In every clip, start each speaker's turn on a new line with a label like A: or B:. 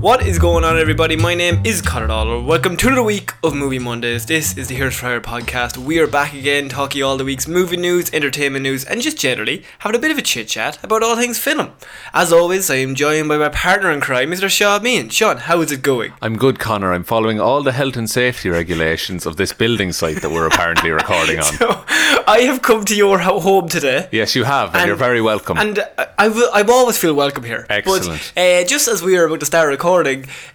A: What is going on, everybody? My name is Connor Dollar. Welcome to the week of Movie Mondays. This is the Here's Fryer podcast. We are back again, talking all the week's movie news, entertainment news, and just generally having a bit of a chit chat about all things film. As always, I am joined by my partner in crime, Mr. Shaw Mean. Sean, how is it going?
B: I'm good, Connor. I'm following all the health and safety regulations of this building site that we're apparently recording on.
A: I have come to your ho- home today.
B: Yes, you have, and,
A: And-
B: you're very welcome.
A: And uh, I will, I always feel welcome here.
B: Excellent.
A: But uh, just as we were about to start recording,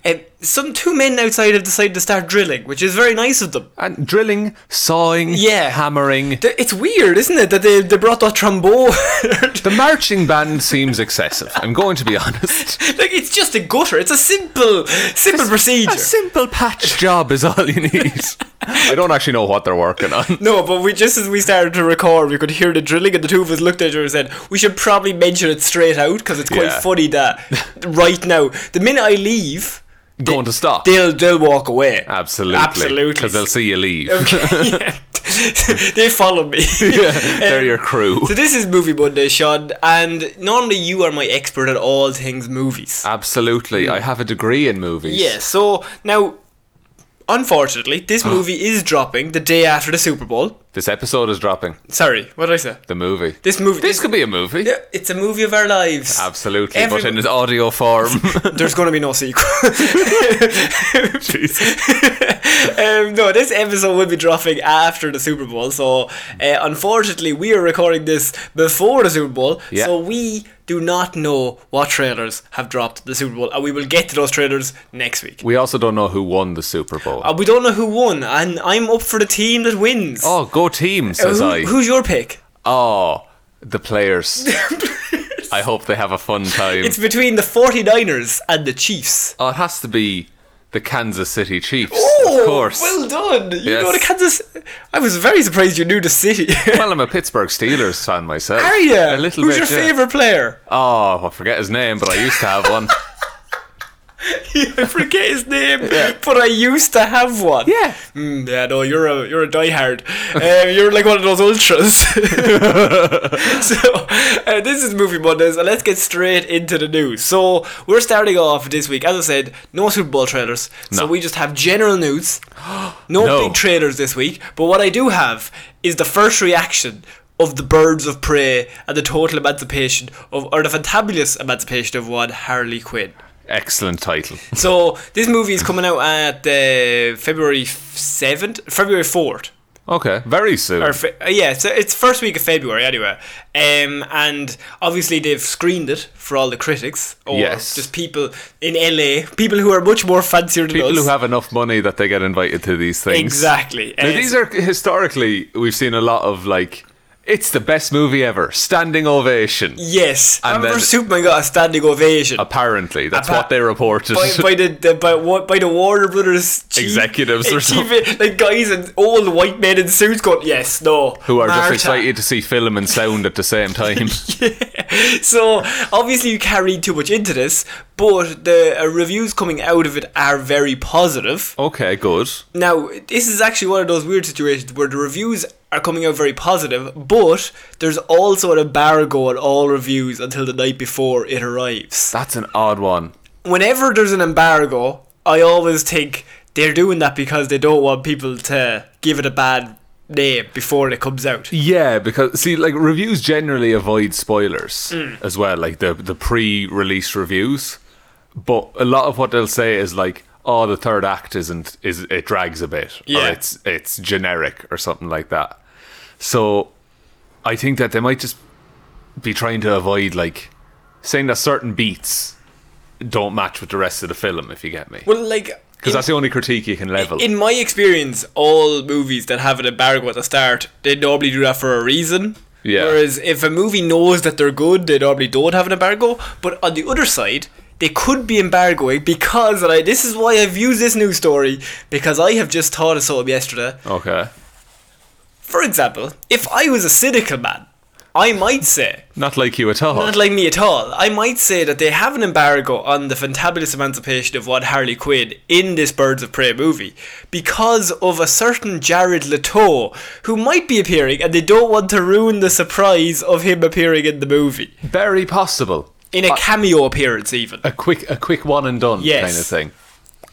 A: uh, some two men outside have decided to start drilling, which is very nice of them.
B: And drilling, sawing,
A: Yeah.
B: hammering.
A: Th- It's weird, isn't it, that they, they brought that trombone?
B: The marching band seems excessive. I'm going to be honest.
A: like it's just a gutter. It's a simple, simple procedure.
B: A simple patch job is all you need. I don't actually know what they're working on.
A: no, but we just as we started to record, we could hear the drilling, and the two of us looked at each other and said, "We should probably mention it straight out because it's quite
B: Yeah.
A: funny that right now, the minute I leave,
B: Going to stop.
A: they'll they'll walk away.
B: Absolutely.
A: absolutely.
B: Because they'll see you leave.
A: Okay. they follow me.
B: Yeah, they're your crew.
A: So Um, this is Movie Monday, Sean, and normally you are my expert at all things movies.
B: Absolutely. I have a degree in movies.
A: Yeah, so now, unfortunately, this movie is dropping the day after the Super Bowl.
B: This episode is dropping.
A: Sorry, what did I say?
B: The movie.
A: This movie.
B: This could be a movie.
A: Yeah, it's a movie of our lives.
B: Absolutely, but
A: Every-
B: in its audio form.
A: There's going to be no sequel. um, no, this episode will be dropping after the Super Bowl. So, uh, unfortunately, we are recording this before the Super Bowl.
B: Yeah.
A: So, we do not know what trailers have dropped the Super Bowl. And we will get to those trailers next week.
B: we also don't know who won the Super Bowl.
A: Uh, we don't know who won. And I'm up for the team that wins.
B: oh, go team,
A: Uh,
B: says
A: who-
B: I.
A: Who's your pick?
B: oh, the players. I hope they have a fun time.
A: It's between the 49ers and the Chiefs.
B: oh, it has to be the Kansas City Chiefs,
A: Oh,
B: of course.
A: Well done. You know
B: Yes.
A: the Kansas. I was very surprised you knew the city.
B: Well, I'm a Pittsburgh Steelers fan myself.
A: Are you?
B: A little
A: Who's
B: bit.
A: your
B: yeah.
A: favorite player?
B: Oh, I forget his name, but I used to have one.
A: I forget his name, but I used to have one.
B: Yeah.
A: Mm, yeah. No, you're a you're a diehard. um, you're like one of those ultras. so uh, this is Movie Mondays, and let's get straight into the news. So we're starting off this week, as I said, no Super Bowl trailers. So
B: No.
A: we just have general news. No,
B: No.
A: big trailers this week. But what I do have is the first reaction. Of the birds of prey and the total emancipation of, or the fantabulous emancipation of one Harley Quinn.
B: Excellent title.
A: So this movie is coming out at uh, February seventh, February fourth,
B: Okay, very soon.
A: or fe- uh, yeah, so it's first week of February anyway. Um, and obviously they've screened it for all the critics or
B: Yes.
A: just people in LA, people who are much more fancier than
B: People
A: us.
B: who have enough money that they get invited to these things.
A: exactly.
B: Now,
A: Uh,
B: these are historically we've seen a lot of like it's the best movie ever, standing ovation.
A: yes, I
B: and
A: remember
B: then-
A: Superman got a standing ovation.
B: Apparently, that's
A: Appa-
B: what they reported.
A: by, by the, the by, what, by the Warner Brothers chief,
B: Executives or
A: uh, chief, like guys and old white men in suits going yes no
B: who are
A: Marta.
B: just excited to see film and sound at the same time.
A: so obviously you can't read too much into this, but the uh, reviews coming out of it are very positive.
B: okay, good.
A: Now this is actually one of those weird situations where the reviews are coming out very positive, but there's also an embargo on all reviews until the night before it arrives.
B: That's an odd one.
A: Whenever there's an embargo, I always think they're doing that because they don't want people to give it a bad name before it comes out.
B: Yeah, because see, like reviews generally avoid spoilers
A: Mm.
B: as well, like the the pre-release reviews. But a lot of what they'll say is like, "Oh, the third act isn't is it drags a bit,
A: Yeah.
B: or it's it's generic or something like that." So, I think that they might just be trying to avoid like saying that certain beats don't match with the rest of the film, if you get me, because
A: Well, like
B: that's the only critique you can level.
A: In my experience, all movies that have an embargo at the start, they normally do that for a reason.
B: Yeah.
A: Whereas if a movie knows that they're good, they normally don't have an embargo. But on the other side, they could be embargoing because, and I, this is why I've used this news story, because I have just thought of something yesterday.
B: okay,
A: For example, if I was a cynical man, I might say
B: not like you at all.
A: not like me at all. I might say that they have an embargo on the fantabulous emancipation of one Harley Quinn in this Birds of Prey movie because of a certain Jared Leto who might be appearing and they don't want to ruin the surprise of him appearing in the movie.
B: Very possible.
A: in a cameo appearance, even.
B: a quick a quick one and done
A: Yes.
B: kind of thing.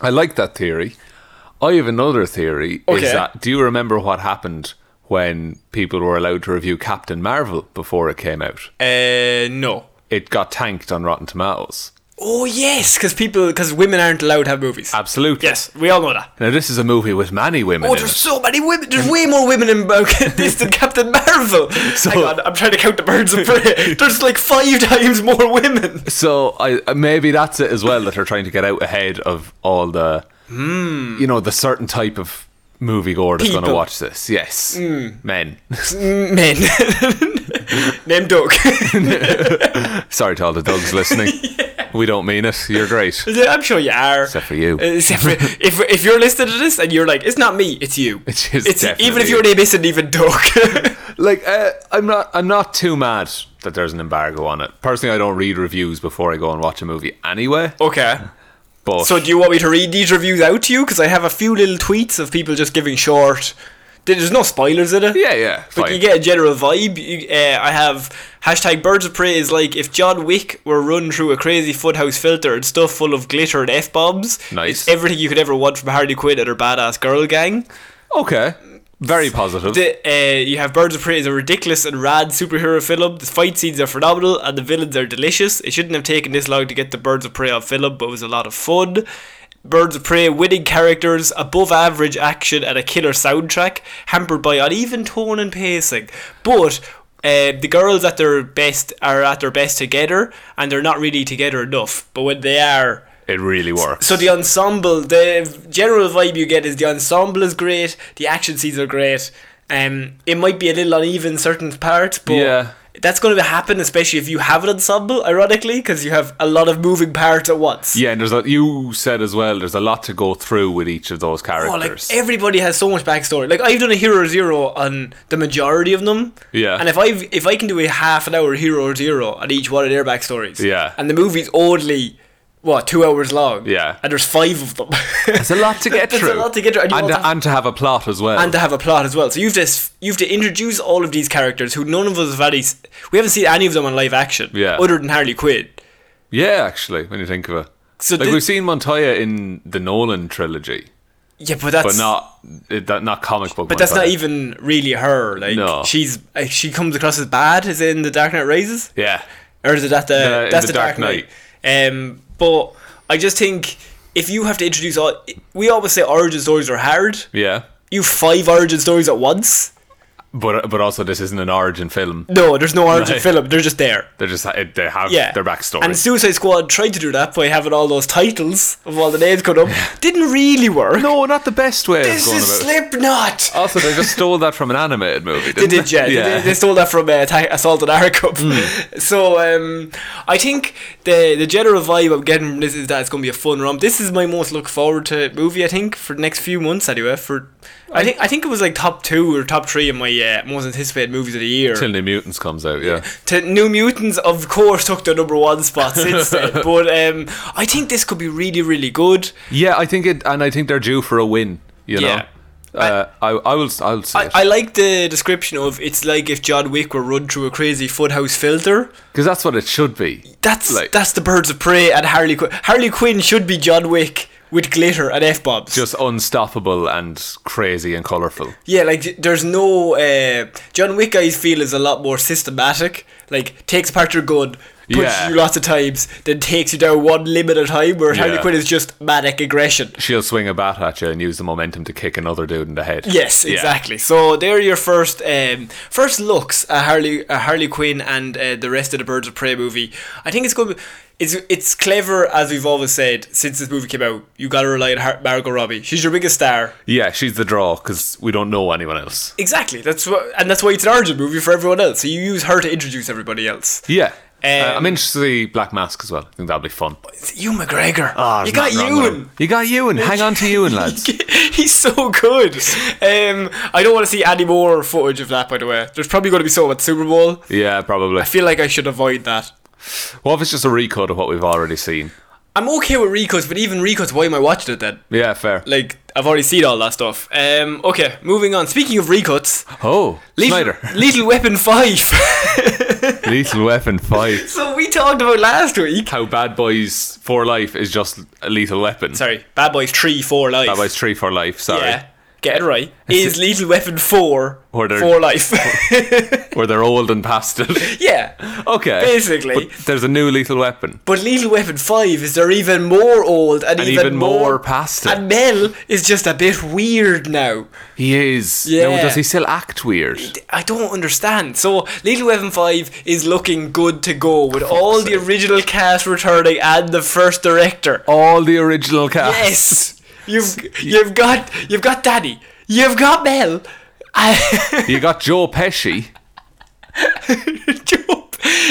B: I like that theory. I have another theory
A: Okay.
B: is that do you remember what happened when people were allowed to review Captain Marvel before it came out?
A: Uh, no.
B: It got tanked on Rotten Tomatoes.
A: Oh yes, because people, because women aren't allowed to have movies.
B: Absolutely.
A: yes, we all know that.
B: Now this is a movie with many women
A: Oh,
B: in
A: there's
B: it.
A: so many women. There's way more women in uh, this than Captain Marvel. Hang on, I'm trying to count the birds of prey. There's like five times more women.
B: So I uh, maybe that's it as well that they're trying to get out ahead of all the you know the certain type of moviegoer
A: Hmm.
B: that's going to
A: People. Hmm.
B: watch this. Yes. Men.
A: Men. Name Doug.
B: Sorry to all the dogs listening. We don't mean it. You're great.
A: I'm sure you are.
B: Except for you.
A: Uh, Except for, if, if you're listening to this and you're like, it's not me, it's you.
B: It is
A: even if
B: definitely
A: your name isn't even Doug.
B: like uh, I'm not I'm not too mad that there's an embargo on it. Personally, I don't read reviews before I go and watch a movie anyway.
A: okay.
B: But
A: So do you want me to read these reviews out to you? Because I have a few little tweets of people just giving short. There's no spoilers in it.
B: yeah, yeah,
A: But
B: fine.
A: you get a general vibe. You, uh, I have hashtag Birds of Prey is like if John Wick were run through a crazy funhouse filter and stuff full of glitter and f bombs.
B: Nice.
A: It's everything you could ever want from Harley Quinn and her badass girl gang.
B: okay, very positive.
A: The, uh, you have Birds of Prey is a ridiculous and rad superhero film. The fight scenes are phenomenal and the villains are delicious. It shouldn't have taken this long to get the Birds of Prey on film, but it was a lot of fun. Birds of Prey, winning characters, above average action, and a killer soundtrack, hampered by uneven tone and pacing. But uh, the girls at their best are at their best together, and they're not really together enough. But when they are,
B: it really works.
A: so the ensemble, the general vibe you get is the ensemble is great, the action scenes are great. Um, it might be a little uneven in certain parts, but
B: Yeah.
A: that's going to happen, especially if you have an ensemble. Ironically, because you have a lot of moving parts at once.
B: yeah, and there's a, you said as well. There's a lot to go through with each of those
A: Oh, like
B: characters.
A: everybody has so much backstory. Like I've done a Hero Zero on the majority of them.
B: Yeah.
A: And if I have if I can do a half an hour Hero Zero on each one of their backstories.
B: Yeah.
A: And the movie's only what two hours long.
B: Yeah.
A: And there's five of them.
B: It's a lot to get
A: There's a
B: through.
A: lot to get through, and
B: and,
A: you also
B: to,
A: have-
B: and to have a plot as well.
A: and to have a plot as well. So you've to s- you've to introduce all of these characters who none of us have any. s- We haven't seen any of them on live action.
B: Yeah.
A: Other than Harley Quinn.
B: yeah, actually, when you think of it,
A: So
B: like
A: thi-
B: we've seen Montoya in the Nolan trilogy,
A: Yeah, but that's
B: but not it- that not comic book.
A: But that's not
B: Montoya.
A: even really her. Like
B: No.
A: she's like, she comes across as bad as in the Dark Knight Rises.
B: Yeah,
A: or is it that the
B: No, in
A: that's
B: the
A: the,
B: Dark
A: Dark Knight? Um, but I just think if you have to introduce all, we always say origin stories are hard.
B: yeah.
A: You five origin stories at once?
B: But but also, this isn't an origin film.
A: No, there's no origin
B: Right.
A: film. They're just there.
B: They're just it- they have
A: Yeah,
B: their backstory.
A: And Suicide Squad tried to do that by having all those titles of all the names cut up. Didn't really work.
B: no, not the best way
A: this
B: of going
A: is
B: about it. Oh,
A: Slipknot.
B: Also, they just stole that from an animated movie.
A: they
B: Didn't
A: did, yeah. They- They, they stole that from uh, Ta- Assault on Arrow Cup.
B: Hmm.
A: So um, I think the the general vibe I'm getting from this is that it's going to be a fun romp. This is my most look forward to movie, I think, for the next few months anyway. For I think I think it was like top two or top three of my uh, most anticipated movies of the year.
B: Till New Mutants comes out, yeah.
A: To New Mutants, of course, took the number one spot since then. But um, I think this could be really, really good.
B: Yeah, I think it, and I think they're due for a win. You
A: Yeah.
B: know, uh, I, I will, I'll say
A: I, I like the description of it's like if John Wick were run through a crazy funhouse filter.
B: because that's what it should be.
A: That's
B: Like-
A: that's the Birds of Prey and Harley Quinn. Harley Quinn should be John Wick with glitter and f bombs.
B: Just unstoppable and crazy and colourful.
A: yeah, like there's no uh, John Wick. I feel is a lot more systematic. Like takes apart your gun, punches
B: Yeah.
A: you lots of times, then takes you down one limb at a time. Where Harley
B: Yeah.
A: Quinn is just manic aggression.
B: She'll swing a bat at you and use the momentum to kick another dude in the head.
A: Yes,
B: Yeah.
A: exactly. So they're your first um, first looks at Harley at Harley Quinn and uh, the rest of the Birds of Prey movie. I think it's going to be it's it's clever as we've always said since this movie came out. You got to rely on Har- Margot Robbie. She's your biggest star.
B: Yeah, she's the draw because we don't know anyone else.
A: Exactly. That's what and that's why it's an origin movie for everyone else. So you use her to introduce everybody else.
B: Yeah, uh,
A: Um,
B: I'm interested to see Black Mask as well. I think that'll be fun.
A: It's Ewan McGregor.
B: Ah,
A: you got
B: there's nothing wrong with
A: Ewan.
B: him. You got Ewan. Hang on to Ewan, lads.
A: He's so good. Um, I don't want to see any more footage of that. By the way, there's probably going to be so at Super Bowl.
B: yeah, probably.
A: I feel like I should avoid that.
B: What if it's just a recut of what we've already seen?
A: I'm okay with recuts, but even recuts, why am I watching it then?
B: Yeah, fair.
A: Like, I've already seen all that stuff. Um, okay, moving on. Speaking of recuts,
B: Oh,
A: Lethal,
B: Snyder.
A: Lethal Weapon 5.
B: Lethal Weapon 5.
A: so we talked about last week.
B: How Bad Boys for Life is just a lethal weapon.
A: Sorry, Bad Boys 3, 4 Life.
B: Bad Boys 3 for Life, sorry.
A: Yeah, get it right. Is Lethal Weapon 4
B: Or they're-
A: 4 Life?
B: Where they're old and past it.
A: yeah.
B: okay.
A: Basically.
B: But there's a new lethal weapon.
A: But Lethal Weapon 5 is they're even more old and,
B: And even, more past it.
A: And Mel is just a bit weird now.
B: He is. Now,
A: Yeah.
B: does he still act weird?
A: I don't understand. So, Lethal Weapon 5 is looking good to go with all the original cast returning and the first director.
B: All the original cast.
A: Yes! You've, you've got you've got Danny. You've got Mel. I-
B: You got Joe Pesci.
A: Joe.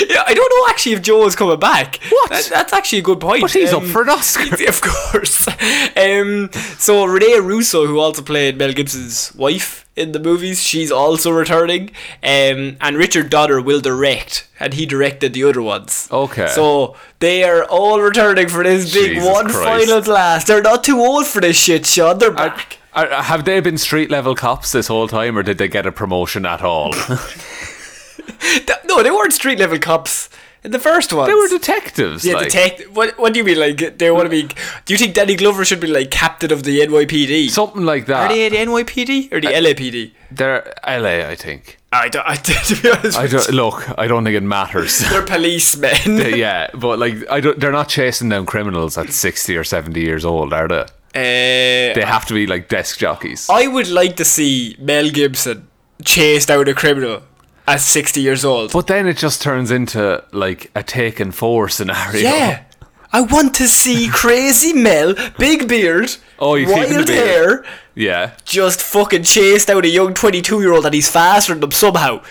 A: Yeah, I don't know actually if Joe is coming back.
B: What?
A: That- that's actually a good point.
B: But he's
A: Um,
B: up for an Oscar.
A: of course. Um, so Renee Russo, who also played Mel Gibson's wife in the movies, she's also returning. Um, and Richard Donner will direct, and he directed the other ones.
B: Okay.
A: So they are all returning for this big
B: Jesus
A: one
B: Christ.
A: final blast. They're not too old for this shit, Sean. They're back.
B: Are, have they been street level cops this whole time, or did they get a promotion at all?
A: Th- no, they weren't street level cops in the first one.
B: they were detectives.
A: Yeah,
B: like.
A: detect. What What do you mean? Like they want to be? Do you think Danny Glover should be like captain of the NYPD?
B: something like
A: are
B: that.
A: they the NYPD or the LAPD?
B: They're LA, I think.
A: I don't. I, to be honest,
B: I
A: with
B: don't, look, I don't think it matters.
A: you, they're policemen.
B: yeah, but like, I don't, they're not chasing down criminals at sixty or seventy years old, are they?
A: Uh,
B: They have to be like desk jockeys.
A: I would like to see Mel Gibson chased out a criminal at sixty years old.
B: But then it just turns into like a taken four scenario.
A: yeah. I want to see crazy Mel, big beard,
B: Oh, you're keeping the
A: wild
B: beard.
A: hair,
B: yeah.
A: just fucking chased out a young 22 year old and he's faster than them somehow.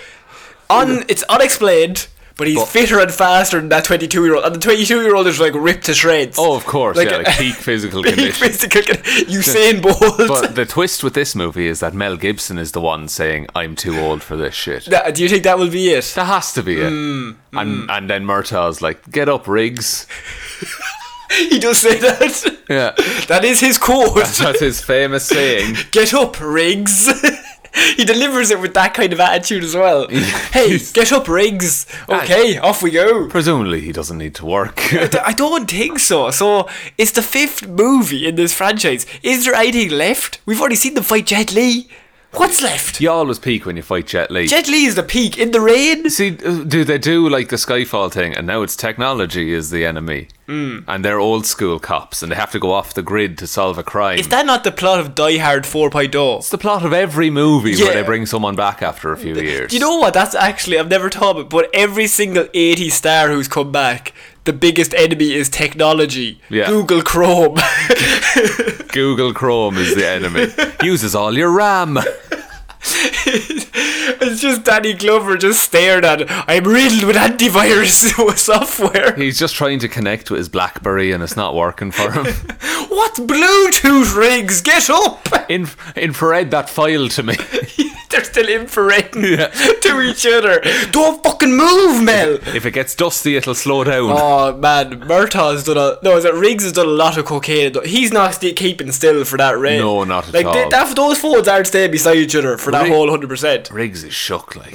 A: Un- it's unexplained, but he's fitter and faster than that 22 year old. And the 22 year old is like ripped to shreds.
B: Oh, of course.
A: Like a-
B: yeah, like peak physical
A: He
B: condition.
A: basically can- Usain Bolt.
B: But the twist with this movie is that Mel Gibson is the one saying, "I'm too old for this shit."
A: That- do you think that will be it?
B: That has to be it. and and then Murtaugh's like, "Get up, Riggs."
A: He does say that.
B: Yeah,
A: That is his quote.
B: that's his famous saying.
A: Get up, Riggs. he delivers it with that kind of attitude as well. hey, get up, Riggs. Okay, off we go.
B: Presumably, he doesn't need to work.
A: Th- I don't think so. So it's the fifth movie in this franchise. Is there anything left? We've already seen them fight Jet Li. What's left?
B: you always peak when you fight Jet Li.
A: Jet Li is the peak in the rain.
B: See, uh, do they do like the Skyfall thing, and now it's technology is the enemy, mm. and they're old school cops, and they have to go off the grid to solve a crime.
A: Is that not the plot of Die Hard oh? 4.0?
B: it's the plot of every movie where
A: Yeah.
B: they bring someone back after a few years.
A: Do you know what? That's actually I've never thought of it, but every single 80 star who's come back, the biggest enemy is technology.
B: Yeah.
A: Google Chrome.
B: Google Chrome is the enemy. Uses all your RAM.
A: it's just Danny Glover just stared at. I'm riddled with antivirus software.
B: He's just trying to connect with his BlackBerry, and it's not working for him.
A: What's Bluetooth rigs? Get up!
B: Inf- infrared that file to me.
A: They're still infrareding to each other. Don't fucking move, Mel.
B: If it gets dusty, it'll slow down.
A: Oh man, Murtaugh's done a no. Is it Riggs has done a lot of cocaine? though. He's not sti- keeping still for that rain.
B: No, not at
A: like,
B: all.
A: Like that, those phones aren't staying beside each other for that
B: Rig-
A: whole hundred percent.
B: Riggs is shook like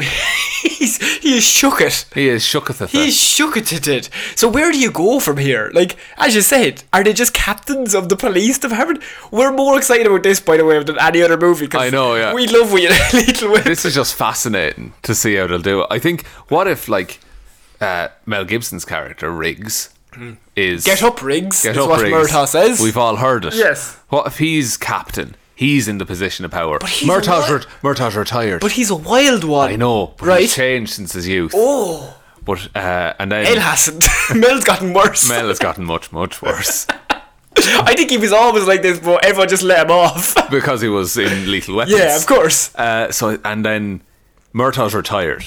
A: He's he is shook it.
B: he is shooketh at
A: He
B: that.
A: is shook it at it. So where do you go from here? Like as you said, are they just captains of the police department? We're more excited about this, by the way, than any other movie. 'cause
B: I know, yeah.
A: We love we little Weapon.
B: This is just fascinating to see how they'll do it. I think what if like uh, Mel Gibson's character Riggs is
A: Get up, Riggs.
B: Get
A: is
B: up,
A: what
B: Riggs.
A: Murtaugh says.
B: We've all heard it.
A: Yes.
B: What if he's captain? He's in the position of power. But
A: he's
B: Murtaugh's,
A: a
B: re- Murtaugh's retired.
A: but he's a wild one.
B: I know, but
A: Right.
B: he's changed since his youth.
A: Oh,
B: But uh, and then
A: it hasn't. Mel's gotten worse.
B: Mel has gotten much much worse
A: I think he was always like this, but everyone just let him off.
B: because he was in Lethal Weapons.
A: yeah, of course.
B: Uh, so and then Murtaugh's retired.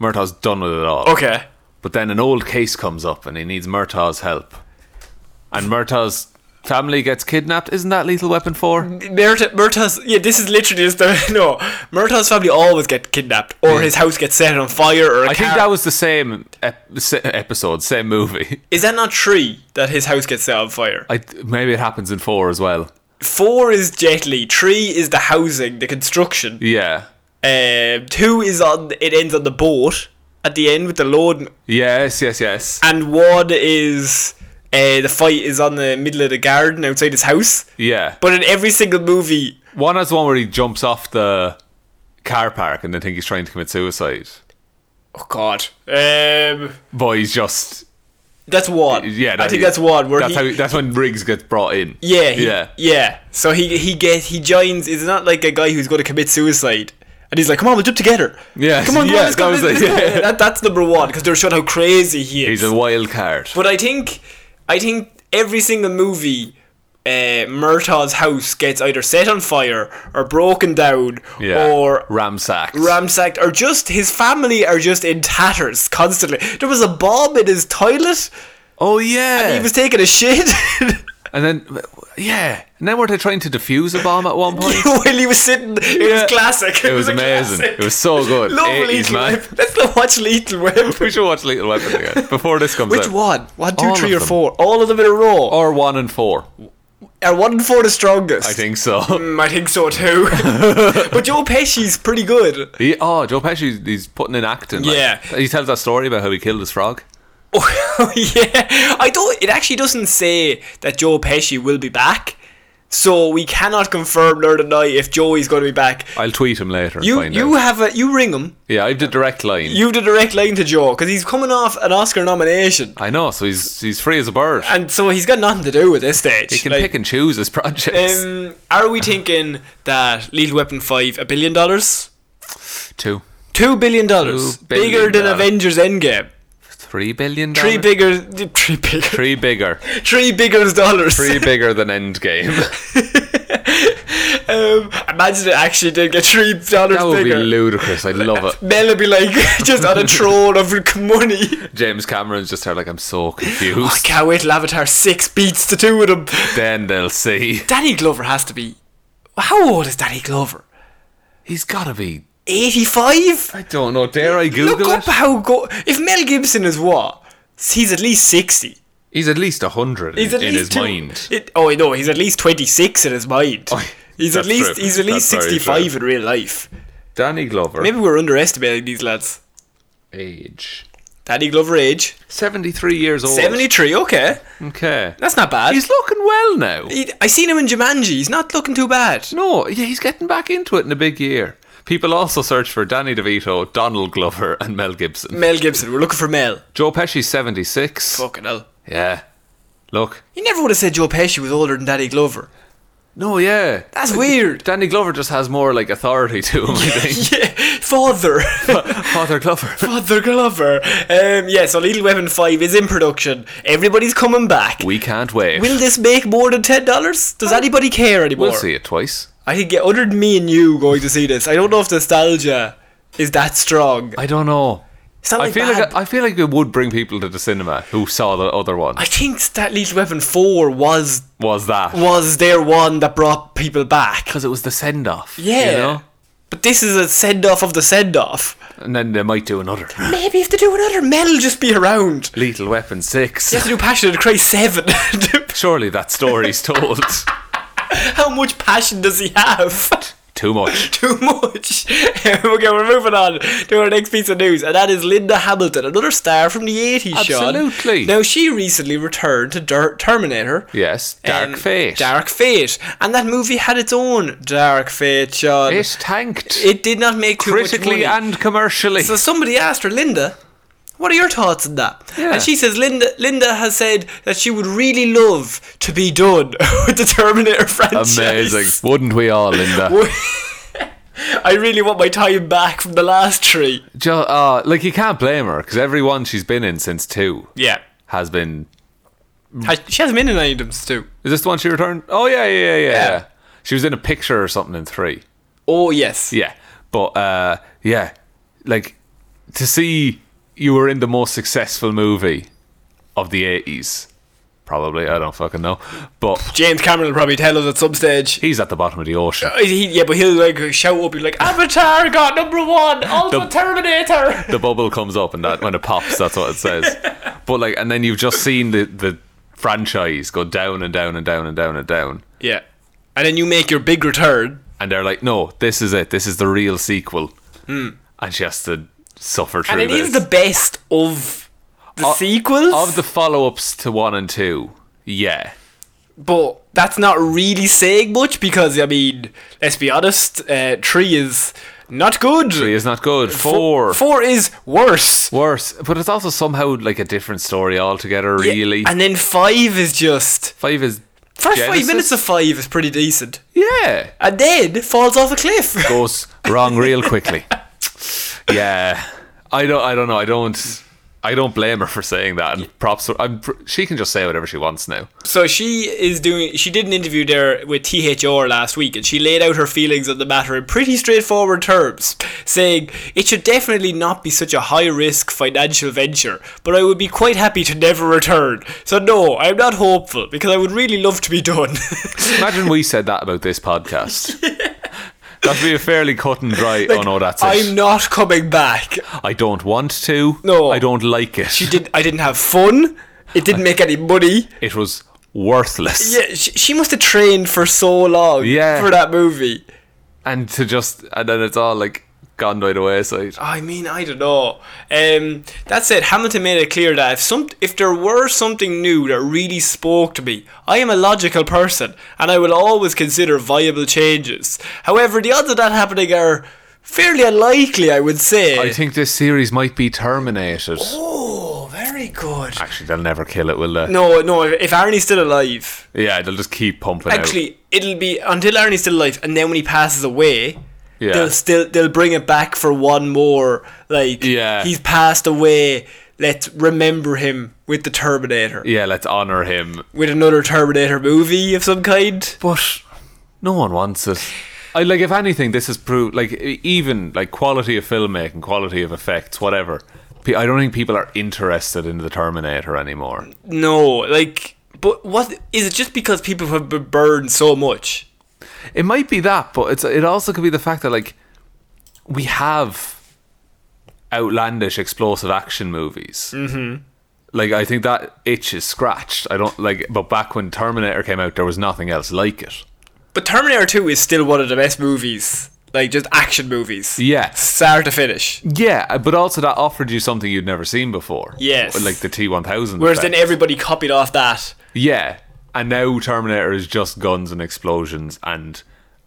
B: Murtaugh's done with it all.
A: Okay.
B: But then an old case comes up and he needs Murtaugh's help. And Murtaugh's family gets kidnapped. Isn't that Lethal Weapon
A: Mm-hmm.
B: 4?
A: Murta, Murtaugh's, yeah, this is literally just the, no, Murtaugh's family always get kidnapped, or his house gets set on fire, or a
B: I think
A: car-
B: that was the same ep- se- episode, same movie.
A: Is that not three that his house gets set on fire?
B: I, maybe it happens in 4 as well.
A: Four is Jet Li. Three is the housing, the construction.
B: Yeah.
A: Um, two is on. It ends on the boat at the end with the load,
B: Yes, yes, yes.
A: and one is uh, the fight is on the middle of the garden outside his house.
B: Yeah.
A: But in every single movie,
B: One has one where he jumps off the car park and they think he's trying to commit suicide.
A: oh god, um,
B: But he's just
A: that's one.
B: yeah.
A: I think that's one. Where
B: that's
A: he,
B: how that's when Riggs gets brought in.
A: Yeah, he,
B: yeah,
A: yeah, So he he gets he joins. It's not like a guy who's going to commit suicide, and he's like, "Come on, we'll jump together."
B: Yeah,
A: come on,
B: yeah,
A: yeah, let's go.
B: that was
A: let's
B: it,
A: go."
B: yeah.
A: That, that's number one because they're showing how crazy he is.
B: He's a wild card.
A: but I think I think every single movie. Uh, Murtaugh's house gets either set on fire or broken down
B: Yeah,
A: or
B: ramsacked.
A: ramsacked or just his family are just in tatters constantly. There was a bomb in his toilet.
B: oh yeah.
A: He was taking a shit.
B: And then, yeah. And then were they trying to defuse a bomb at one point?
A: while he was sitting. It
B: Yeah.
A: was classic.
B: it was
A: a
B: amazing.
A: classic.
B: It was so good.
A: Love
B: 80s,
A: Lethal
B: man.
A: Weapon. Let's go watch Lethal Weapon.
B: We should watch Lethal Weapon again before this comes
A: Which
B: out.
A: one? One, two,
B: All
A: three,
B: of
A: or
B: them.
A: four? All of them in a row. Or
B: Or one and four.
A: are one and four the strongest?
B: I think so.
A: Mm, I think so too. but Joe Pesci's pretty good.
B: He, oh, Joe Pesci, he's putting in acting. like-
A: Yeah.
B: he tells that story about how he killed his frog.
A: Oh, yeah, I don't. It actually doesn't say that Joe Pesci will be back, so we cannot confirm nor deny if Joey's going to be back.
B: I'll tweet him later and
A: You
B: find
A: you
B: out.
A: have a you ring him.
B: Yeah, I have the direct line.
A: You have the direct line to Joe because he's coming off an Oscar nomination,
B: I know, so he's he's free as a bird.
A: and so he's got nothing to do with this stage.
B: He can
A: Like,
B: pick and choose his projects.
A: Um, are we thinking that Lethal Weapon 5, a billion dollars?
B: Two,
A: Two billion dollars.
B: Two billion
A: Bigger than
B: dollars.
A: Avengers Endgame.
B: three billion.
A: Three
B: dollars?
A: bigger. Three bigger.
B: Three bigger.
A: Three bigger dollars.
B: Three bigger than Endgame.
A: um, imagine it actually did get three dollars
B: That would be
A: bigger.
B: ludicrous. I love it.
A: Mel would be like, just on a throne of money.
B: James Cameron's just there like I'm so
A: I
B: confused.
A: can't wait till Avatar 6 beats the two of them.
B: then they'll see.
A: Danny Glover has to be. How old is Danny Glover?
B: He's gotta be.
A: 85?
B: I don't know. Dare I
A: Look
B: Google
A: up
B: it?
A: how go. If Mel Gibson is what? He's at least 60.
B: He's at least hundred in
A: He's at least
B: his
A: two-
B: mind.
A: It, oh no, he's at least twenty six in his mind. He's at
B: that's
A: least
B: true.
A: he's at least
B: That's
A: sixty
B: very
A: five in real life.
B: Danny Glover
A: Maybe we're underestimating these lads.
B: age
A: Danny Glover age
B: seventy three years old.
A: seventy three. Okay,
B: Okay.
A: that's not bad.
B: He's looking well now.
A: He- I seen him in Jumanji. He's not looking too bad.
B: No, yeah, he's getting back into it in a big year. People also search for Danny DeVito, Donald Glover, and Mel Gibson.
A: Mel Gibson. We're looking for Mel.
B: Joe Pesci's 76.
A: Fucking hell.
B: Yeah. Look.
A: You never would have said Joe Pesci was older than Danny Glover.
B: No, yeah.
A: That's weird.
B: Danny Glover just has more like authority to him, I think.
A: yeah, father.
B: Father Glover.
A: Father Glover. Um, yeah, so Little Weapon 5 is in production. Everybody's coming back.
B: We can't wait.
A: Will this make more than ten dollars? Does anybody care anymore?
B: We'll see it twice.
A: I think yeah, other than me and you going to see this, I don't know if nostalgia is that strong.
B: I don't know.
A: It's not
B: I
A: like
B: feel
A: bad.
B: like I feel like it would bring people to the cinema who saw the other one.
A: I think that Lethal Weapon Four was
B: was that
A: was their one that brought people back.
B: because it was the send off?
A: Yeah.
B: you know?
A: But this is a send off of the send off.
B: and then they might do another
A: Maybe if they do another, Mel'll just be around.
B: Lethal Weapon Six.
A: They have to do Passion of the Christ Seven.
B: Surely that story's told
A: How much passion does he have?
B: too much.
A: too much. okay, we're moving on to our next piece of news, and that is Linda Hamilton, another star from the 80s, Sean.
B: Absolutely.
A: Now, she recently returned to Dur- Terminator.
B: Yes, Dark
A: Um,
B: Fate.
A: Dark Fate. And that movie had its own Dark Fate, Sean.
B: it tanked
A: It did not make too
B: critically
A: much money.
B: and commercially.
A: So somebody asked her, Linda, what are your thoughts on that?
B: Yeah.
A: And she says, Linda, Linda has said that she would really love to be done with the Terminator franchise.
B: Amazing, wouldn't we all, Linda?
A: I really want my time back from the last three.
B: Ju- uh, like you can't blame her because every one she's been in since two
A: Yeah.
B: has been
A: Has- She hasn't been in any of them too.
B: Is this the one she returned? Oh yeah, yeah, yeah, yeah.
A: Yeah.
B: yeah. She was in a picture or something in three.
A: Oh yes.
B: Yeah, but uh, yeah, like to see you were in the most successful movie of the eighties, probably. I don't fucking know, but
A: James Cameron will probably tell us at some stage.
B: he's at the bottom of the ocean.
A: He, yeah, but he'll like shout up, he'll be like, "Avatar got number one, also
B: The-
A: Terminator."
B: The bubble comes up, and that when it pops, that's what it says. But like, and then you've just seen the the franchise go down and down and down and down and down.
A: Yeah, And then you make your big return.
B: and they're like, "No, this is it. This is the real sequel." And she has to suffer through
A: Hmm. And it
B: this.
A: is the best of the
B: Of-
A: sequels.
B: of the follow-ups to one and two. Yeah,
A: but that's not really saying much because, I mean, let's be honest, uh, 3 is not good.
B: three is not good.
A: Four-
B: Four,
A: Four is worse.
B: worse, but it's also somehow like a different story altogether.
A: Yeah,
B: Really,
A: And then 5 is just.
B: five is
A: First
B: Genesis?
A: 5 minutes of 5 is pretty decent.
B: yeah
A: And then falls off a cliff.
B: goes wrong real quickly. Yeah, I don't. I don't know. I don't. I don't blame her for saying that. And props. I'm, pr- she can just say whatever she wants now.
A: So she is doing. She did an interview there with THR last week, and she laid out her feelings on the matter in pretty straightforward terms, saying it should definitely not be such a high-risk financial venture. But I would be quite happy to never return. So no, I'm not hopeful because I would really love to be done.
B: Imagine we said that about this podcast. That'd be a fairly cut and dry. oh no, that's
A: I'm
B: it.
A: not coming back.
B: I don't want to.
A: No.
B: I don't like it.
A: She did. I didn't have fun. It didn't make any money.
B: It was worthless.
A: Yeah, she, she must have trained for so long
B: Yeah.
A: for that movie.
B: And to just and then it's all like gone by the wayside.
A: I mean, I don't know. Um, that said, Hamilton made it clear that if some, if there were something new that really spoke to me, I am a logical person, and I will always consider viable changes. However, the odds of that happening are fairly unlikely, I would say.
B: I think this series might be terminated.
A: oh, very good.
B: Actually, they'll never kill it, will they?
A: No, no. If, if Arnie's still alive,
B: Yeah, they'll just keep pumping out.
A: actually, it'll be until Arnie's still alive, and then when he passes away.
B: Yeah.
A: They'll still they'll bring it back for one more like
B: Yeah.
A: he's passed away. Let's remember him with the Terminator.
B: Yeah, let's honor him.
A: with another Terminator movie of some kind.
B: But no one wants it. I like if anything, this has proved like e- even like quality of filmmaking, quality of effects, whatever. Pe- I don't think people are interested in the Terminator anymore.
A: No, like, but what is it? Just because people have been burned so much?
B: It might be that, but it's it also could be the fact that like we have outlandish explosive action movies. Mm-hmm. Like I think that itch is scratched. I don't like, but back when Terminator came out, there was nothing else like it.
A: But Terminator Two is still one of the best movies, like just action movies,
B: Yes.
A: start to finish.
B: Yeah, uh, but also that offered you something you'd never seen before.
A: Yes.
B: like the T one thousand.
A: Whereas then everybody copied off that.
B: yeah, and now Terminator is just guns and explosions and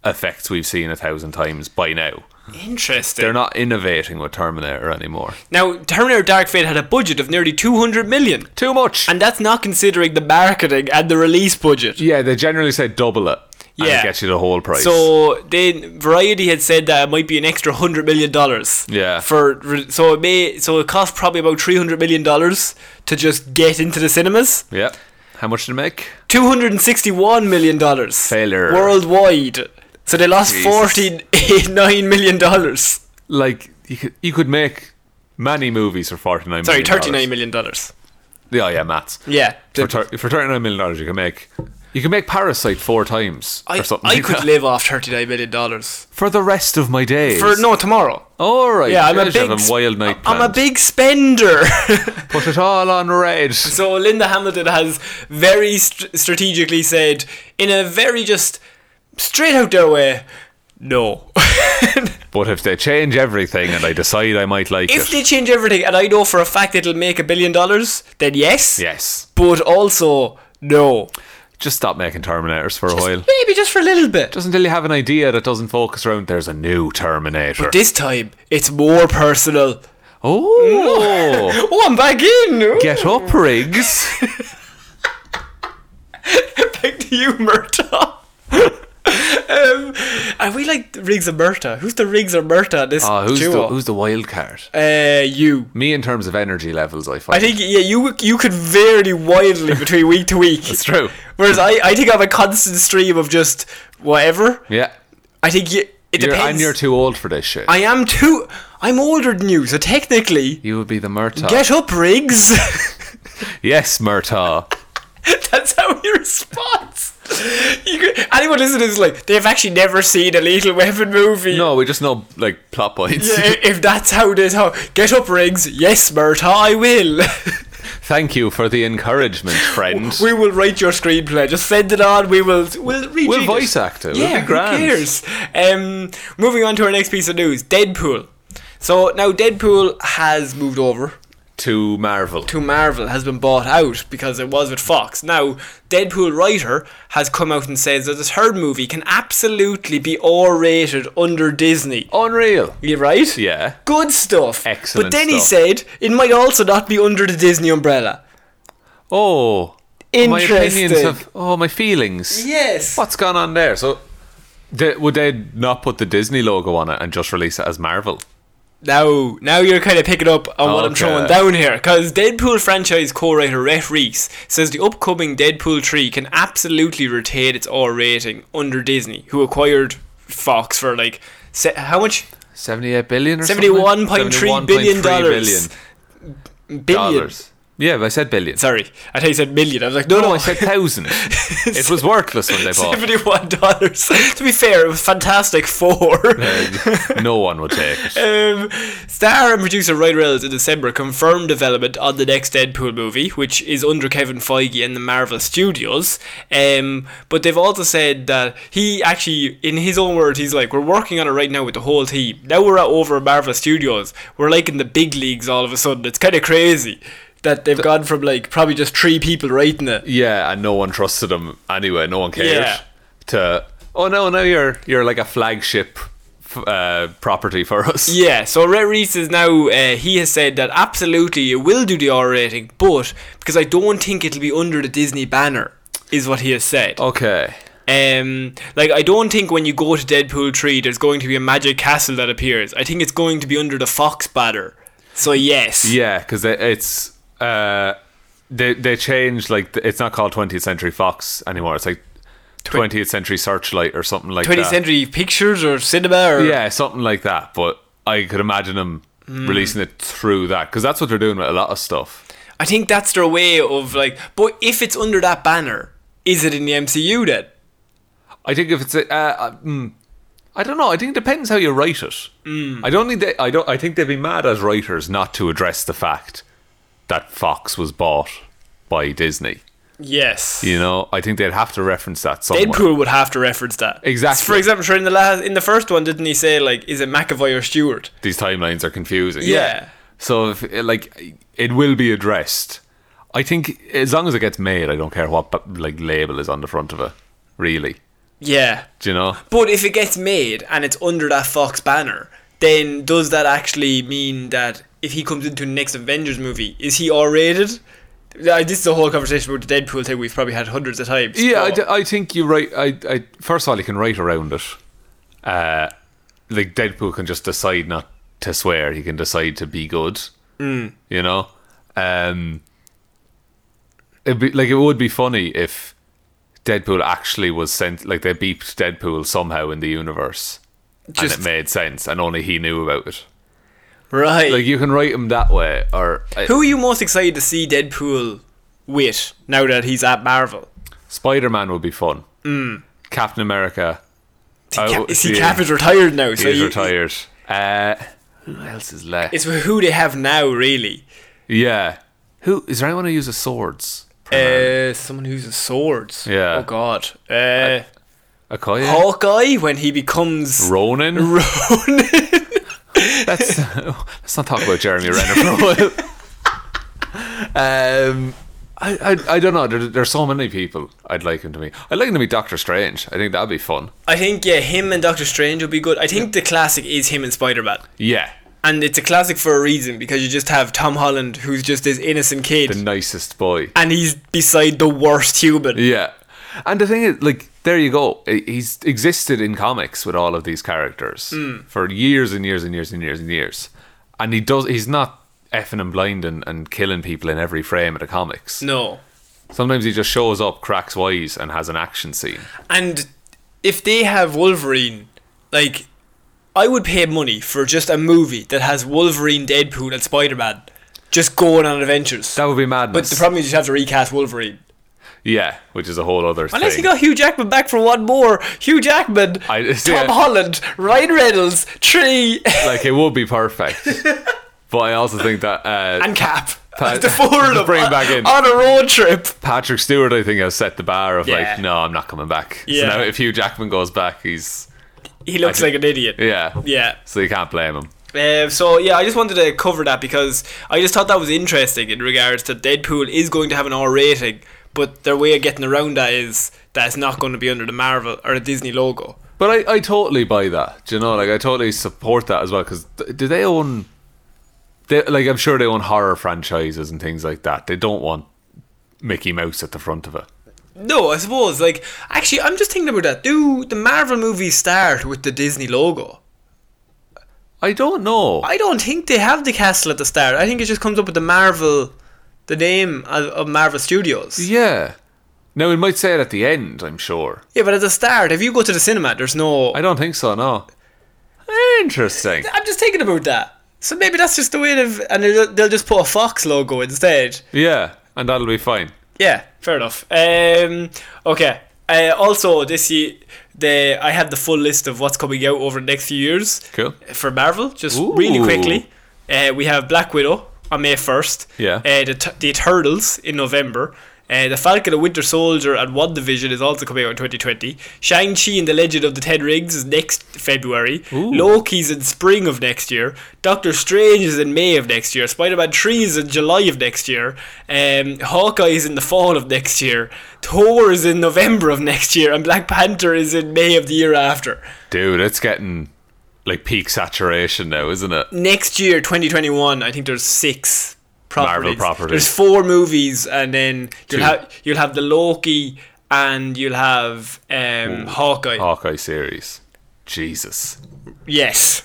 B: effects we've seen a thousand times by now.
A: Interesting.
B: They're not innovating with Terminator anymore.
A: now, Terminator Dark Fate had a budget of nearly 200 million,
B: Too much.
A: and that's not considering the marketing and the release budget.
B: Yeah, they generally say double it. And
A: Yeah.
B: it gets you the whole price.
A: So then Variety had said that it might be an extra hundred million dollars.
B: Yeah.
A: For for- so it may so it cost probably about three hundred million dollars to just get into the cinemas.
B: yeah. How much did it make?
A: Two hundred and sixty-one million dollars.
B: Failure.
A: Worldwide. So they lost
B: Jesus.
A: forty nine million dollars.
B: Like you could you could make many movies for forty nine.
A: Sorry, thirty-nine million dollars.
B: Yeah, oh, yeah, Matt.
A: Yeah.
B: For, thir- for thirty nine million dollars, you can make you can make Parasite four times
A: I,
B: or something.
A: I
B: like
A: could
B: that.
A: live off thirty-nine million dollars
B: for the rest of my days.
A: for no tomorrow.
B: all right.
A: Yeah, I'm a
B: you should have
A: big-
B: wild night.
A: I'm a
B: planned.
A: big spender.
B: Put it all on red.
A: So Linda Hamilton has very st- strategically said, in a very just straight out there way, no.
B: But if they change everything and I decide I might like
A: if
B: it,
A: they change everything, and I know for a fact it'll make a billion dollars, then yes.
B: yes,
A: But also no.
B: just stop making Terminators for a while.
A: Maybe just for a little bit.
B: Just until you have an idea that doesn't focus around there's a new Terminator.
A: This time it's more personal.
B: oh,
A: Oh, I'm back in. Ooh,
B: get up, Riggs.
A: back to you, Murta. um, are we like Riggs and Murta? Who's the Riggs or Murta? in This
B: Ah, who's the
A: duo?
B: who's the wild card?
A: uh, you.
B: Me in terms of energy levels, I find.
A: I think yeah, you you could vary widely between week to week. That's
B: true.
A: Whereas I, I think I'm a constant stream of just whatever.
B: yeah.
A: I think you, it
B: You're,
A: depends.
B: and you're too old for this shit.
A: I am too. I'm older than you, so technically,
B: you would be the Murtaugh.
A: get up, Riggs.
B: yes, Murtaugh.
A: That's how he responds. You could, anyone listening is like they've actually never seen a Lethal Weapon movie.
B: No, we just know like plot points.
A: Yeah, i- if that's how they talk, get up, Riggs. Yes, Murtaugh, I will.
B: Thank you for the encouragement, friend.
A: We will write your screenplay. Just send it on. We will. We'll read.
B: We'll voice act it. It'll
A: Yeah,
B: be grand.
A: who cares? Um, moving on to our next piece of news: Deadpool. So now Deadpool has moved over
B: to Marvel.
A: to Marvel, has been bought out because it was with Fox. Now Deadpool writer has come out and says that this third movie can absolutely be R-rated under Disney.
B: Unreal.
A: You right?
B: Yeah.
A: Good stuff.
B: Excellent
A: But then he
B: stuff.
A: said it might also not be under the Disney umbrella.
B: Oh. My opinions
A: Interesting.
B: have. Oh, my feelings.
A: Yes.
B: What's gone on there? So, they, would they not put the Disney logo on it and just release it as Marvel?
A: Now, now you're kind of picking up on what I'm
B: Okay.
A: throwing down here, because Deadpool franchise co-writer Rhett Reese says the upcoming Deadpool 3 can absolutely retain its R rating under Disney, who acquired Fox for like se- how much?
B: 78 billion or
A: Seventy-one
B: something?
A: point three
B: 71.3
A: billion
B: billion
A: dollars. Billion.
B: dollars. Yeah, but I said billion.
A: Sorry, I thought you said million. I was like, no,
B: No,
A: no,
B: I said thousand. it was worthless when they bought.
A: seventy-one dollars. to be fair, it was Fantastic Four.
B: it. no one would take it.
A: Um, star and producer Ryan Reynolds in December confirmed development on the next Deadpool movie, which is under Kevin Feige and the Marvel Studios. Um, but they've also said that he actually, in his own words, he's like, "We're working on it right now with the whole team. Now we're at over at Marvel Studios. We're like in the big leagues all of a sudden. It's kind of crazy." That they've gone from like probably just three people writing it.
B: Yeah, and no one trusted him anyway. No one cared.
A: Yeah.
B: To oh no, now you're you're like a flagship f- uh, property for us.
A: Yeah, so Rhett Reese is now, uh, he has said that absolutely it will do the R rating, but because I don't think it'll be under the Disney banner, is what he has said.
B: Oh. Okay.
A: Um, like, I don't think when you go to Deadpool 3, there's going to be a magic castle that appears. I think it's going to be under the Fox banner. So, yes.
B: Yeah, because it's uh, they they changed like th- it's not called 20th Century Fox anymore. It's like 20th Century Searchlight or something like
A: 20th
B: that.
A: Century Pictures or Cinema or.
B: Yeah, something like that. But I could imagine them
A: Hmm.
B: releasing it through that because that's what they're doing with a lot of stuff.
A: I think that's their way of, like, but if it's under that banner, is it in the MCU then?
B: I think if it's a, uh, uh, mm, I don't know. I think it depends how you write it. I don't think they. I don't. I think they'd be mad as writers not to address the fact that Fox was bought by Disney.
A: Yes.
B: You know, I think they'd have to reference that somewhere.
A: Deadpool would have to reference that.
B: Exactly.
A: For example, sure, in the last, in the first one, didn't he say like, "Is it McAvoy or Stewart?"
B: These timelines are confusing.
A: Yeah.
B: So if like it will be addressed. I think as long as it gets made, I don't care what but, like label is on the front of it. Really,
A: Yeah.
B: do you know?
A: But if it gets made and it's under that Fox banner, then does that actually mean that if he comes into the next Avengers movie, is he R-rated? Uh, This is a whole conversation about the Deadpool thing we've probably had hundreds of times.
B: Yeah, I,
A: so-
B: d- I think you write. I, I first of all, you can write around it. Uh, like Deadpool can just decide not to swear. He can decide to be good. Mm. You know, um, it'd be like it would be funny if Deadpool actually was sent. Like they beeped Deadpool somehow in the universe,
A: Just-
B: and it made sense, and only he knew about it.
A: right.
B: Like you can write him that way, or uh,
A: Who are you most excited to see Deadpool with now that he's at Marvel?
B: Spider Man would be fun.
A: Mm.
B: Captain America. I
A: Cap-
B: would-
A: is he
B: yeah.
A: Cap is retired now? so
B: He's
A: you-
B: retired. Uh, who else is left?
A: It's who they have now, really.
B: yeah. Who is there? Anyone who uses swords?
A: Uh, someone who's a sword.
B: Yeah.
A: Oh God. Uh,
B: Akoya.
A: Hawkeye when he becomes
B: Ronan.
A: Ronan.
B: Let's, let's not talk about Jeremy Renner for a while. um, I, I I don't know. There, there's so many people I'd like him to meet. I'd like him to meet Doctor Strange. I think that'd be fun.
A: I think yeah, him and Doctor Strange would be good. I think the classic is him and Spider Man.
B: Yeah,
A: And it's a classic for a reason because you just have Tom Holland, who's just this innocent kid,
B: the nicest boy.
A: and he's beside the worst human.
B: Yeah, and the thing is, like, there you go. I- He's existed in comics with all of these characters
A: Hmm.
B: for years and years and years and years and years, and he does. He's not effing and blinding and killing people in every frame of the comics.
A: No,
B: Sometimes he just shows up, cracks wise, and has an action scene.
A: and if they have Wolverine, like, I would pay money for just a movie that has Wolverine, Deadpool, and Spider Man just going on adventures.
B: That would be
A: But
B: madness.
A: the problem is you have to recast Wolverine.
B: yeah, which is a whole other
A: Unless you
B: thing.
A: got Hugh Jackman back for one more. Hugh Jackman,
B: I-
A: Tom
B: yeah.
A: Holland, Ryan Reynolds, Tree,
B: like it would be perfect, but I also think that uh,
A: and Cap.
B: Pa-
A: the four of them
B: bring
A: on,
B: back in.
A: on a road trip.
B: Patrick Stewart, I think, has set the bar of
A: Yeah.
B: like, no, I'm not coming back.
A: Yeah.
B: So now if Hugh Jackman goes back, he's
A: He looks
B: I
A: like
B: did-
A: an idiot.
B: yeah,
A: Yeah.
B: So you can't blame him.
A: Uh, so yeah, I just wanted to cover that because I just thought that was interesting in regards to Deadpool is going to have an R rating, but their way of getting around that is that it's not going to be under the Marvel or the Disney logo.
B: But I, I totally buy that. Do you know, like I totally support that as well. Because do they own? They like I'm sure they own horror franchises and things like that. They don't want Mickey Mouse at the front of it.
A: No, I suppose like actually I'm just thinking about that. Do the Marvel movies start with the Disney logo?
B: I don't know.
A: I don't think they have the castle at the start. I think it just comes up with the Marvel, the name of, of Marvel Studios.
B: yeah. Now it might say it at the end. I'm sure.
A: Yeah, but at the start, if you go to the cinema, there's no.
B: I don't think so. No. Interesting.
A: I'm just thinking about that. So maybe that's just the way they've. And they'll, they'll just put a Fox logo instead.
B: Yeah, and that'll be fine.
A: Yeah, fair enough. Um, okay. Uh, also, this year, the, I had the full list of what's coming out over the next few years.
B: Cool.
A: For Marvel, just
B: Ooh.
A: really quickly. Uh, we have Black Widow on May 1st.
B: Yeah.
A: Uh, the, t- the Turtles in November. Uh, the Falcon and Winter Soldier and One Division is also coming out in 2020. Shang-Chi and the Legend of the Ten Rings is next February. Loki's in spring of next year. Doctor Strange is in May of next year. Spider-Man 3 is in July of next year. Um, Hawkeye is in the fall of next year. Thor is in November of next year. And Black Panther is in May of the year after.
B: Dude, it's getting like peak saturation now, isn't it?
A: next year, 2021, I think there's six properties.
B: Marvel properties.
A: There's four movies, and then you'll
B: Two.
A: have you'll have the Loki, and you'll have um, Hawkeye.
B: Hawkeye series. Jesus.
A: Yes,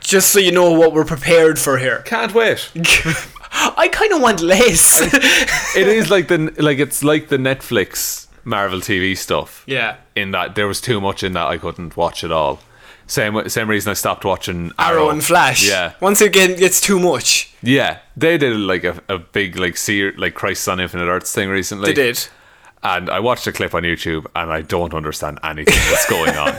A: just so you know what we're prepared for here.
B: Can't wait.
A: I kind of want less.
B: it is like the like it's like the Netflix Marvel TV stuff.
A: yeah,
B: In that there was too much in that I couldn't watch it all. Same same reason I stopped watching Arrow,
A: Arrow and Flash.
B: Yeah,
A: Once again, it's too much.
B: yeah. They did like a, a big like seer like Christ on Infinite Earths thing recently.
A: They did.
B: And I watched a clip on YouTube and I don't understand anything that's going on.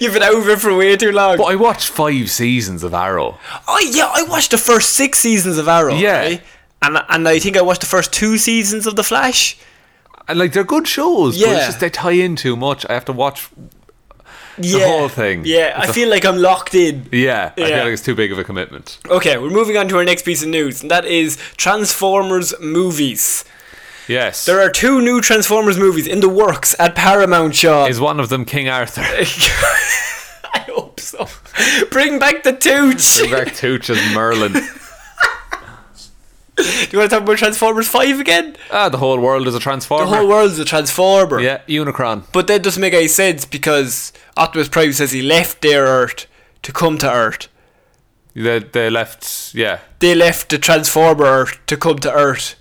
A: You've been out of it for way too long.
B: But I watched five seasons of Arrow.
A: Oh yeah, I watched the first six seasons of Arrow.
B: Yeah.
A: right? and and I think I watched the first two seasons of The Flash.
B: And like they're good shows, but
A: Yeah.
B: it's just they tie in too much. I have to watch
A: yeah.
B: whole thing.
A: Yeah, I
B: It's a-
A: feel like I'm locked in.
B: Yeah, I feel
A: Yeah.
B: like it's too big of a commitment.
A: Okay, we're moving on to our next piece of news, and that is Transformers movies.
B: Yes.
A: There are two new Transformers movies in the works at Paramount Shaw.
B: Is one of them King Arthur?
A: I hope so. Bring back the Tooch.
B: Bring back Tooch as Merlin.
A: Do you want to talk about Transformers 5 again?
B: Ah, the whole world is a
A: The
B: transformer.
A: whole world's a Transformer.
B: yeah, Unicron.
A: But that doesn't make any sense because Optimus Prime says he left their Earth to come to Earth.
B: They, they left. Yeah,
A: they left the Transformer Earth to come to Earth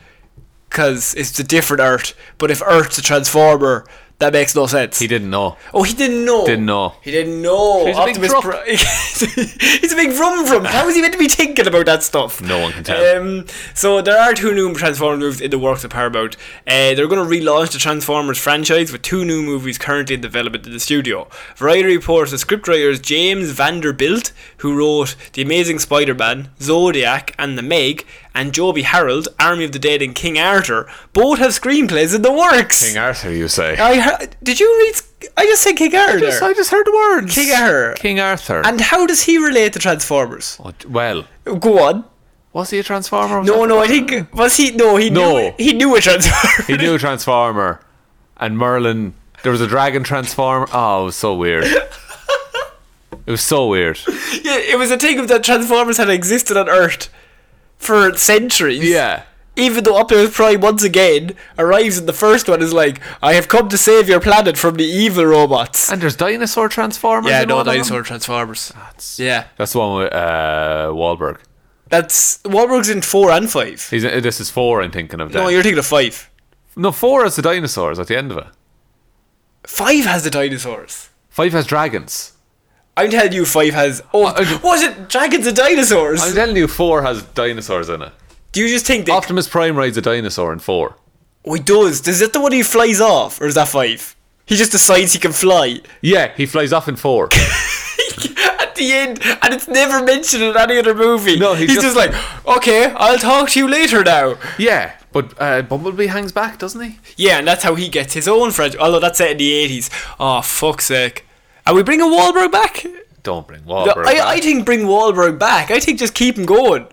A: because it's a different Earth. But if Earth's a Transformer, that makes no sense.
B: he didn't know.
A: oh, he didn't know.
B: Didn't know.
A: He didn't know.
B: He's a big
A: Optimus
B: drop.
A: Pri- He's a big rum rum. How is he meant to be thinking about that stuff?
B: No one can tell.
A: Um, so there are two new Transformers movies in the works of Paramount. Uh, they're going to relaunch the Transformers franchise with two new movies currently in development in the studio. Variety reports the scriptwriters James Vanderbilt, who wrote The Amazing Spider-Man, Zodiac, and The Meg, and Joby Harold, Army of the Dead, and King Arthur, both have screenplays in the works.
B: King Arthur, you say?
A: I hear- did you read? sc- I just said King Arthur.
B: Yes, I just heard the words.
A: King Arthur.
B: King Arthur.
A: and how does he relate to Transformers?
B: Oh, d- well,
A: Go on.
B: was he a transformer? Was
A: No,
B: that-
A: no, I think was he? No, he knew
B: No.
A: he knew a Transformer.
B: He knew a transformer, and Merlin. There was a dragon transformer. Oh, it was so weird. It was so weird.
A: Yeah, it was a thing of that Transformers had existed on Earth for centuries.
B: Yeah.
A: Even though Optimus Prime once again arrives in the first one is like, I have come to save your planet from the evil robots.
B: And there's dinosaur transformers.
A: yeah,
B: and all
A: no
B: of them?
A: dinosaur Transformers. yeah,
B: Ah, That's the one with uh, Wahlberg.
A: that's Wahlberg's in four and five.
B: He's, uh, this is four. I'm thinking of.
A: No,
B: then.
A: you're thinking of five.
B: No, four has the dinosaurs at the end of it.
A: Five has the dinosaurs.
B: Five has dragons.
A: I'm telling you, five has. Oh,
B: okay.
A: was it dragons and dinosaurs?
B: I'm telling you, four has dinosaurs in it.
A: Do you just think they?
B: Optimus Prime rides a dinosaur in four.
A: Oh, he does. Is that the one he flies off, or is that five? He just decides he can fly.
B: Yeah, he flies off in four.
A: At the end, and it's never mentioned in any other movie.
B: No, he
A: he's just,
B: just-
A: like, okay, I'll talk to you later now.
B: Yeah, but uh, Bumblebee hangs back, doesn't he?
A: Yeah, and that's how he gets his own friend. Although that's set in the eighties. Oh fuck's sake! And we bring a Wahlberg back.
B: Don't bring
A: No,
B: Wahlberg. back.
A: I, I think bring Wahlberg back. I think just keep him going.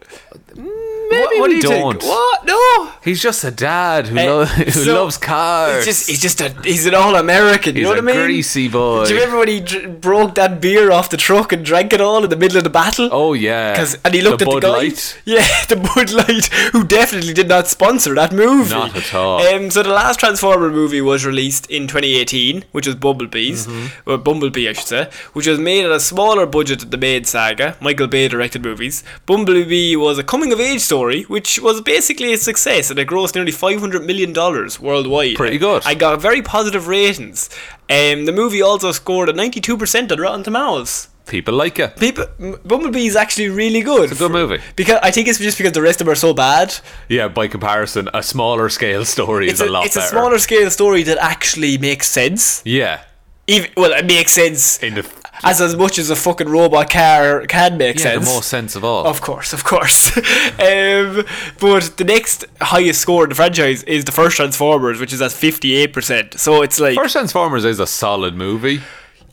A: Maybe what, what
B: we
A: do you
B: don't.
A: Think? What? No.
B: He's just a dad who,
A: Eh,
B: lo- who
A: so-
B: loves cars.
A: He's just, he's just a, he's an all American. You
B: He's
A: know what
B: a
A: I mean?
B: greasy boy.
A: Do you remember when he dr- broke that beer off the truck and drank it all in the middle of the battle?
B: oh yeah,
A: 'Cause- and he looked
B: the
A: at
B: Bud
A: the guy.
B: Light.
A: Yeah, the Bud Light, who definitely did not sponsor that movie.
B: Not at all.
A: Um, so the last Transformer movie was released in 2018, which was Bumblebees,
B: Mm-hmm.
A: or Bumblebee, I should say, which was made at a smaller budget than the Maid Saga. Michael Bay directed movies. Bumblebee was a coming-of-age story, which was basically a success, and it grossed nearly 500 million dollars worldwide.
B: Pretty good.
A: I got very positive ratings. Um, the movie also scored a 92% on Rotten Tomatoes.
B: People like it.
A: People, M- Bumblebee is actually really good.
B: Good movie.
A: Because I think it's just because the rest of them are so bad.
B: Yeah, by comparison, a smaller scale story
A: It's
B: is a, lot
A: it's
B: better.
A: a smaller scale story that actually makes sense.
B: yeah,
A: Even, well, it makes sense
B: in the
A: as as much as a fucking robot car can make
B: yeah, the
A: sense.
B: most sense Oh, of all.
A: Of course, of course. um, but the next highest score in the franchise is the first Transformers, which is at fifty eight percent. So it's like
B: First Transformers is a solid movie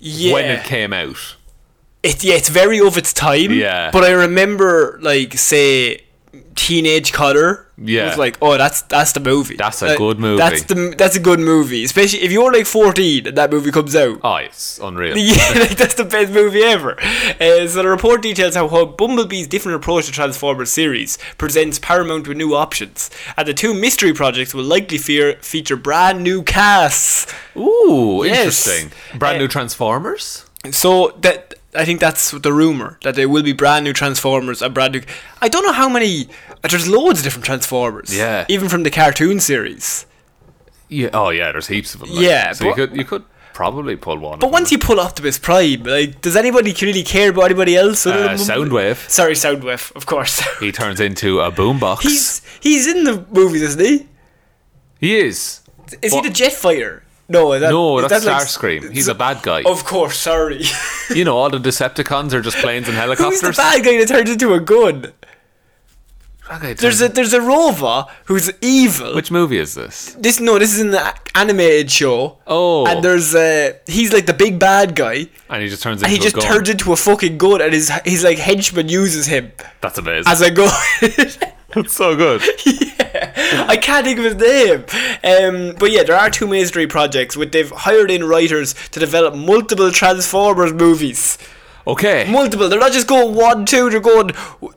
A: yeah,
B: when it came out.
A: it, yeah, it's very of its time.
B: Yeah.
A: But I remember, like, say, teenage Cutter.
B: Yeah.
A: Was like, oh, that's that's the movie.
B: That's a
A: Like,
B: good movie.
A: That's the that's a good movie, especially if you're like 14 and that movie comes out.
B: Oh, it's unreal.
A: Yeah, like that's the best movie ever. Uh, so the report details how, how Bumblebee's different approach to Transformers series presents Paramount with new options, and the two mystery projects will likely fear, feature brand new casts.
B: Ooh,
A: Yes.
B: interesting. Brand
A: Eh,
B: new Transformers.
A: So that I think that's the rumor that there will be brand new Transformers and brand new. I don't know how many. uh, There's loads of different Transformers.
B: Yeah.
A: even from the cartoon series.
B: Yeah. Oh yeah, there's heaps of them. like.
A: Yeah,
B: So you
A: but-
B: could you could probably pull one.
A: But once you pull Optimus Prime, like, does anybody really care about anybody else? other
B: uh,
A: than Bumblebee?
B: Soundwave,
A: Sorry, Soundwave, of course.
B: he turns into a boombox.
A: He's he's in the movies, isn't he?
B: He is.
A: Is
B: What?
A: he the Jetfire? No, is that,
B: No,
A: is
B: that's
A: that like-
B: Starscream. He's a bad guy.
A: Of course, sorry.
B: you know, all the Decepticons are just planes and
A: Who's
B: helicopters.
A: the bad guy that turns into a gun?
B: That guy
A: There's a
B: turned-
A: there's a rover who's evil.
B: Which movie is this?
A: this no, this is in the animated show.
B: Oh.
A: and there's uh, he's like the big bad guy,
B: And he just turns
A: and he
B: into
A: just
B: a gun.
A: turns into a fucking gun, and his his like henchman uses him
B: That's amazing.
A: as a gun.
B: That's so good.
A: I can't think of his name. Um, but yeah, there are two mystery projects where they've hired in writers to develop multiple Transformers movies.
B: Okay.
A: Multiple. They're not just going one, two. They're going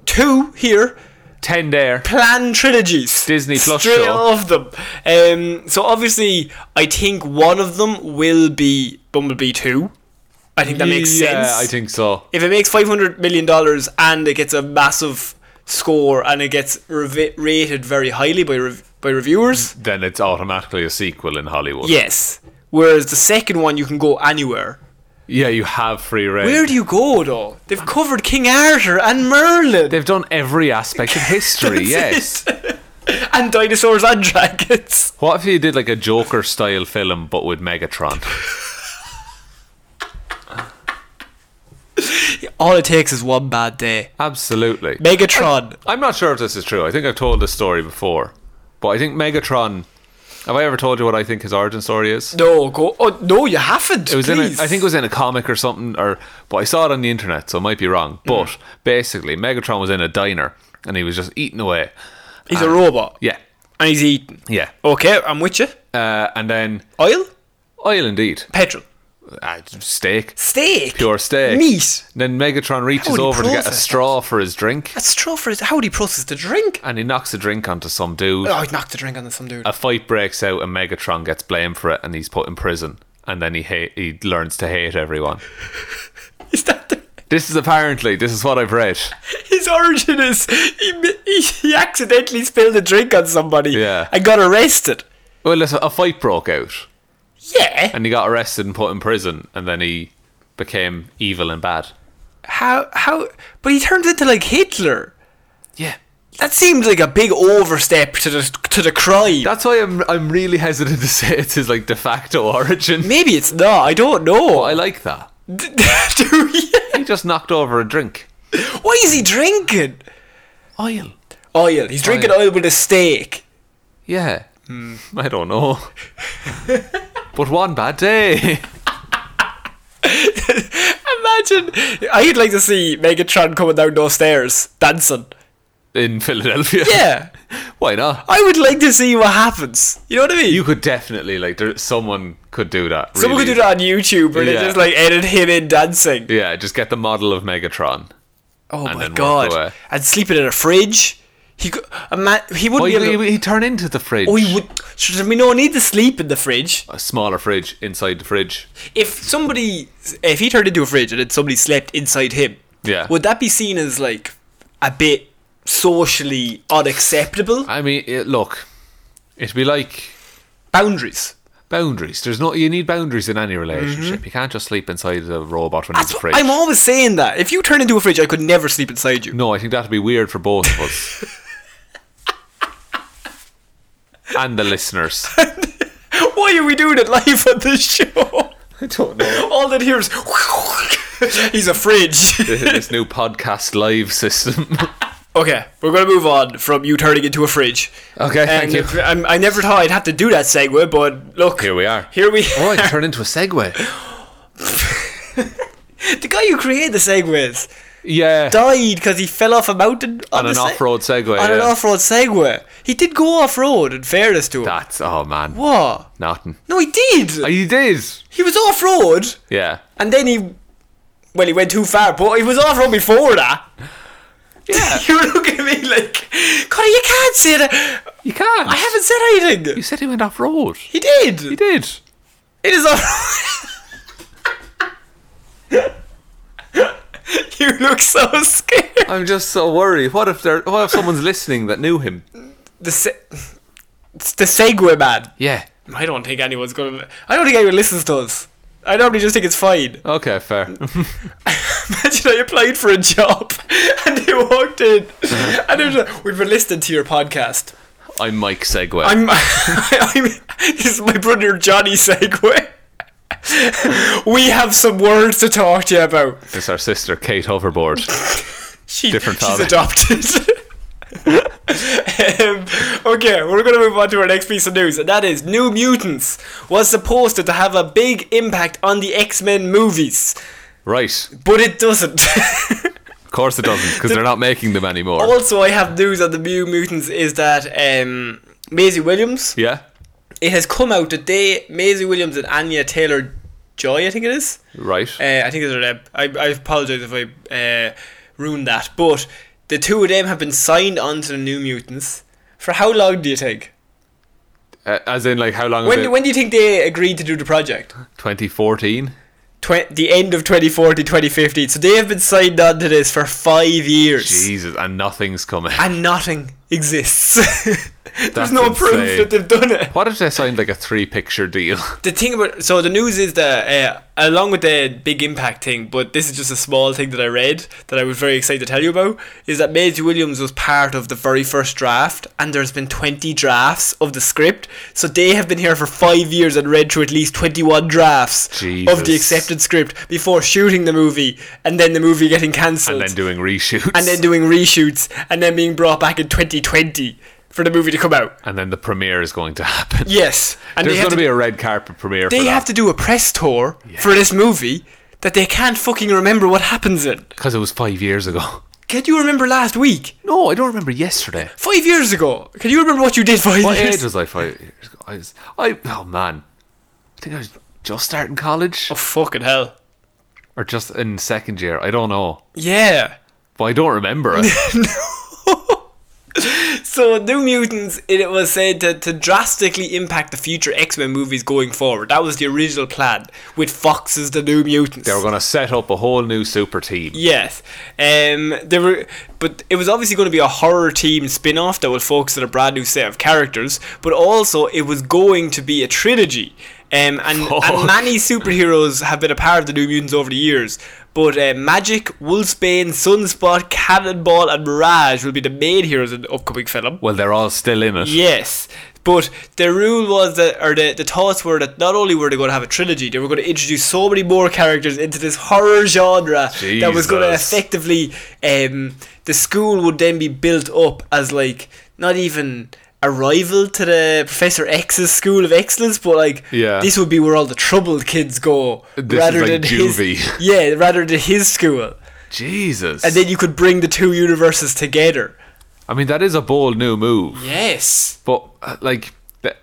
A: two here.
B: Ten there.
A: Plan trilogies.
B: Disney Plus
A: Straight
B: show.
A: off them. Um, so obviously, I think one of them will be Bumblebee two. I think that makes
B: yeah,
A: sense.
B: I think so.
A: if it makes five hundred million dollars and it gets a massive score and it gets revi- rated very highly by rev- by reviewers,
B: Then it's automatically a sequel in Hollywood.
A: yes. Whereas the second one, you can go anywhere.
B: Yeah, you have free reign.
A: Where do you go though? They've covered King Arthur and Merlin.
B: They've done every aspect of history. yes.
A: and dinosaurs and dragons.
B: What if you did like a Joker style film but with Megatron?
A: All it takes is one bad day.
B: Absolutely.
A: Megatron.
B: I'm not sure if this is true. I think I've told this story before, but I think Megatron. Have I ever told you what I think his origin story is?
A: no, go. Oh no, you haven't.
B: It was in a,
A: please.
B: I think it was in a comic or something, or but I saw it on the internet, so I might be wrong. But basically, Megatron was in a diner and he was just eating away.
A: he's a robot.
B: Yeah,
A: and he's eating.
B: yeah.
A: Okay, I'm with you.
B: Uh, and then
A: Oil,
B: oil indeed,
A: petrol,
B: uh, steak,
A: steak,
B: pure steak,
A: meat.
B: Then Megatron reaches
A: Holy
B: over to get a
A: process.
B: straw for his drink,
A: That's straw for his. How would he process the drink?
B: and he knocks a drink onto some dude.
A: Oh, he knocked the drink on some dude.
B: A fight breaks out, and Megatron gets blamed for it, and he's put in prison. And then he hate, he learns to hate everyone.
A: is that the,
B: This is apparently this is what I've read.
A: his origin? Is he, mi- he? He accidentally spilled a drink on somebody.
B: Yeah.
A: and got arrested.
B: Well, listen, a fight broke out.
A: Yeah.
B: and he got arrested and put in prison, and then he became evil and bad.
A: How how but he turned into like Hitler.
B: Yeah,
A: That seems like a big overstep to the to the crime.
B: that's why I'm I'm really hesitant to say it's his like de facto origin.
A: Maybe it's not. I don't know.
B: I like that.
A: Do you?
B: He just knocked over a drink.
A: Why is he drinking
B: Oil.
A: oil? He's drinking oil with a steak.
B: Yeah. Hmm. I don't know. but one bad day.
A: Imagine I'd like to see Megatron coming down those stairs dancing.
B: In Philadelphia.
A: Yeah,
B: Why not?
A: I would like to see what happens. You know what I mean?
B: You could definitely, like, there, someone could do that.
A: Someone
B: really
A: could do that on YouTube where
B: Yeah.
A: they just like edit him in dancing.
B: Yeah, just get the model of Megatron.
A: Oh
B: And
A: my
B: then walk
A: god!
B: away.
A: And sleeping in a fridge. He could. A man. He
B: Oh,
A: wouldn't.
B: he,
A: be able to,
B: he, he turn into the fridge.
A: oh, he would. Should there be no need to sleep in the fridge?
B: a smaller fridge inside the fridge.
A: If somebody, if he turned into a fridge and then somebody slept inside him,
B: Yeah.
A: would that be seen as like a bit socially unacceptable?
B: I mean, it, look, it'd be like
A: Boundaries.
B: boundaries. There's not you need boundaries in any relationship. You can't just sleep inside a robot when
A: Mm-hmm. That's
B: it's a
A: what-
B: fridge.
A: I'm always saying that. If you turn into a fridge, I could never sleep inside you.
B: No, I think that'd be weird for both of us. and the listeners.
A: Why are we doing it live on this show?
B: I don't know.
A: All that hears, he's a fridge.
B: this new podcast live system.
A: Okay, we're going to move on from you turning into a fridge.
B: Okay,
A: And
B: thank you.
A: if- I'm, I never thought I'd have to do that segue, but look.
B: Here we are.
A: Here we
B: Oh, I turn into a segue.
A: The guy who created the segues
B: Yeah.
A: died because he fell off a mountain on,
B: on
A: the
B: an
A: se-
B: off-road segue.
A: On an
B: yeah.
A: off-road segue. He did go off-road, in fairness to him.
B: That's oh man.
A: What?
B: Nothing.
A: No, he did.
B: Oh, you did.
A: he was off-road,
B: Yeah.
A: and then he... Well, he went too far, but he was off-road before that.
B: Yeah.
A: you look at me like, Connor, you can't say that.
B: You can't.
A: I haven't said anything.
B: You said he went off road.
A: He did.
B: He did.
A: It is off. you look so scared.
B: I'm just so worried. What if there? What if someone's listening that knew him?
A: The se- it's the Segway man.
B: Yeah.
A: I don't think anyone's gonna. I don't think anyone listens to us. I normally just think it's fine.
B: Okay. Fair.
A: Imagine I applied for a job and they walked in and they was like, "We've been listening to your podcast."
B: I'm Mike Segway.
A: I'm, I'm this is my brother Johnny Segway. we have some words to talk to you about.
B: it's our sister Kate Hoverboard.
A: She,
B: Different
A: she's
B: father.
A: adopted. um, okay, we're going to move on to our next piece of news, and that is New Mutants was supposed to have a big impact on the X Men movies,
B: right.
A: but it doesn't.
B: Of course it doesn't, because they're not making them anymore.
A: also, I have news on the New Mutants is that um, Maisie Williams.
B: yeah.
A: It has come out that they, Maisie Williams and Anya Taylor Joy, I think it is.
B: Right.
A: Uh, I think it's them. I, I apologize if I uh, ruined that. But the two of them have been signed on to the New Mutants. For how long do you think?
B: Uh, as in, like, how long?
A: When,
B: is
A: do-
B: it?
A: when do you think they agreed to do the project?
B: 2014.
A: Twe- the end of 2014, 2015. So they have been signed on to this for five years.
B: Jesus, and nothing's coming.
A: And nothing exists. There's
B: That's
A: no proof
B: insane.
A: that they've done it.
B: What if they signed like a three-picture deal?
A: The thing about so the news is that uh, along with the big impact thing, but this is just a small thing that I read that I was very excited to tell you about is that Maisie Williams was part of the very first draft, and there's been 20 drafts of the script, so they have been here for five years and read through at least 21 drafts of the
B: Jesus.
A: accepted script before shooting the movie, and then the movie getting cancelled,
B: And then doing reshoots.
A: and then doing reshoots, and then being brought back in 2020 for the movie to come out.
B: and then the premiere is going to happen.
A: Yes, and
B: There's
A: they had
B: going to
A: to-
B: be a red carpet premiere.
A: they
B: for
A: have
B: that.
A: to do a press tour for this movie that they can't fucking remember what happens in.
B: because it was five years ago.
A: Can you remember last week?
B: No, I don't remember yesterday.
A: Five years ago. Can you remember what you did five
B: What
A: years
B: age was I five years ago? I, was, I oh man, I think I was just starting college
A: Oh, fucking hell.
B: or just in second year. I don't know,
A: Yeah.
B: but I don't remember it.
A: So, New Mutants, it it was said to, to drastically impact the future X Men movies going forward. That was the original plan with Fox as the New Mutants.
B: they were going to set up a whole new super team.
A: Yes. Um there were but it was obviously going to be a horror team spin-off that would focus on a brand new set of characters, but also it was going to be a trilogy. Um and, and
B: Fuck.
A: many superheroes have been a part of the New Mutants over the years. But uh, Magic, Wolfsbane, Sunspot, Cannonball, and Mirage will be the main heroes in the upcoming film.
B: Well, they're all still in it.
A: Yes. But their rule was that, or the, the thoughts were that not only were they going to have a trilogy, they were going to introduce so many more characters into this horror genre that was going to
B: Jesus.
A: effectively. Um, the school would then be built up as like not even a rival to the Professor X's School of Excellence, but like
B: Yeah.
A: this would be where all the troubled kids go
B: This is like juvie.
A: his yeah, rather than his school.
B: Jesus.
A: And then you could bring the two universes together.
B: I mean, that is a bold new move.
A: Yes.
B: But uh, like, that,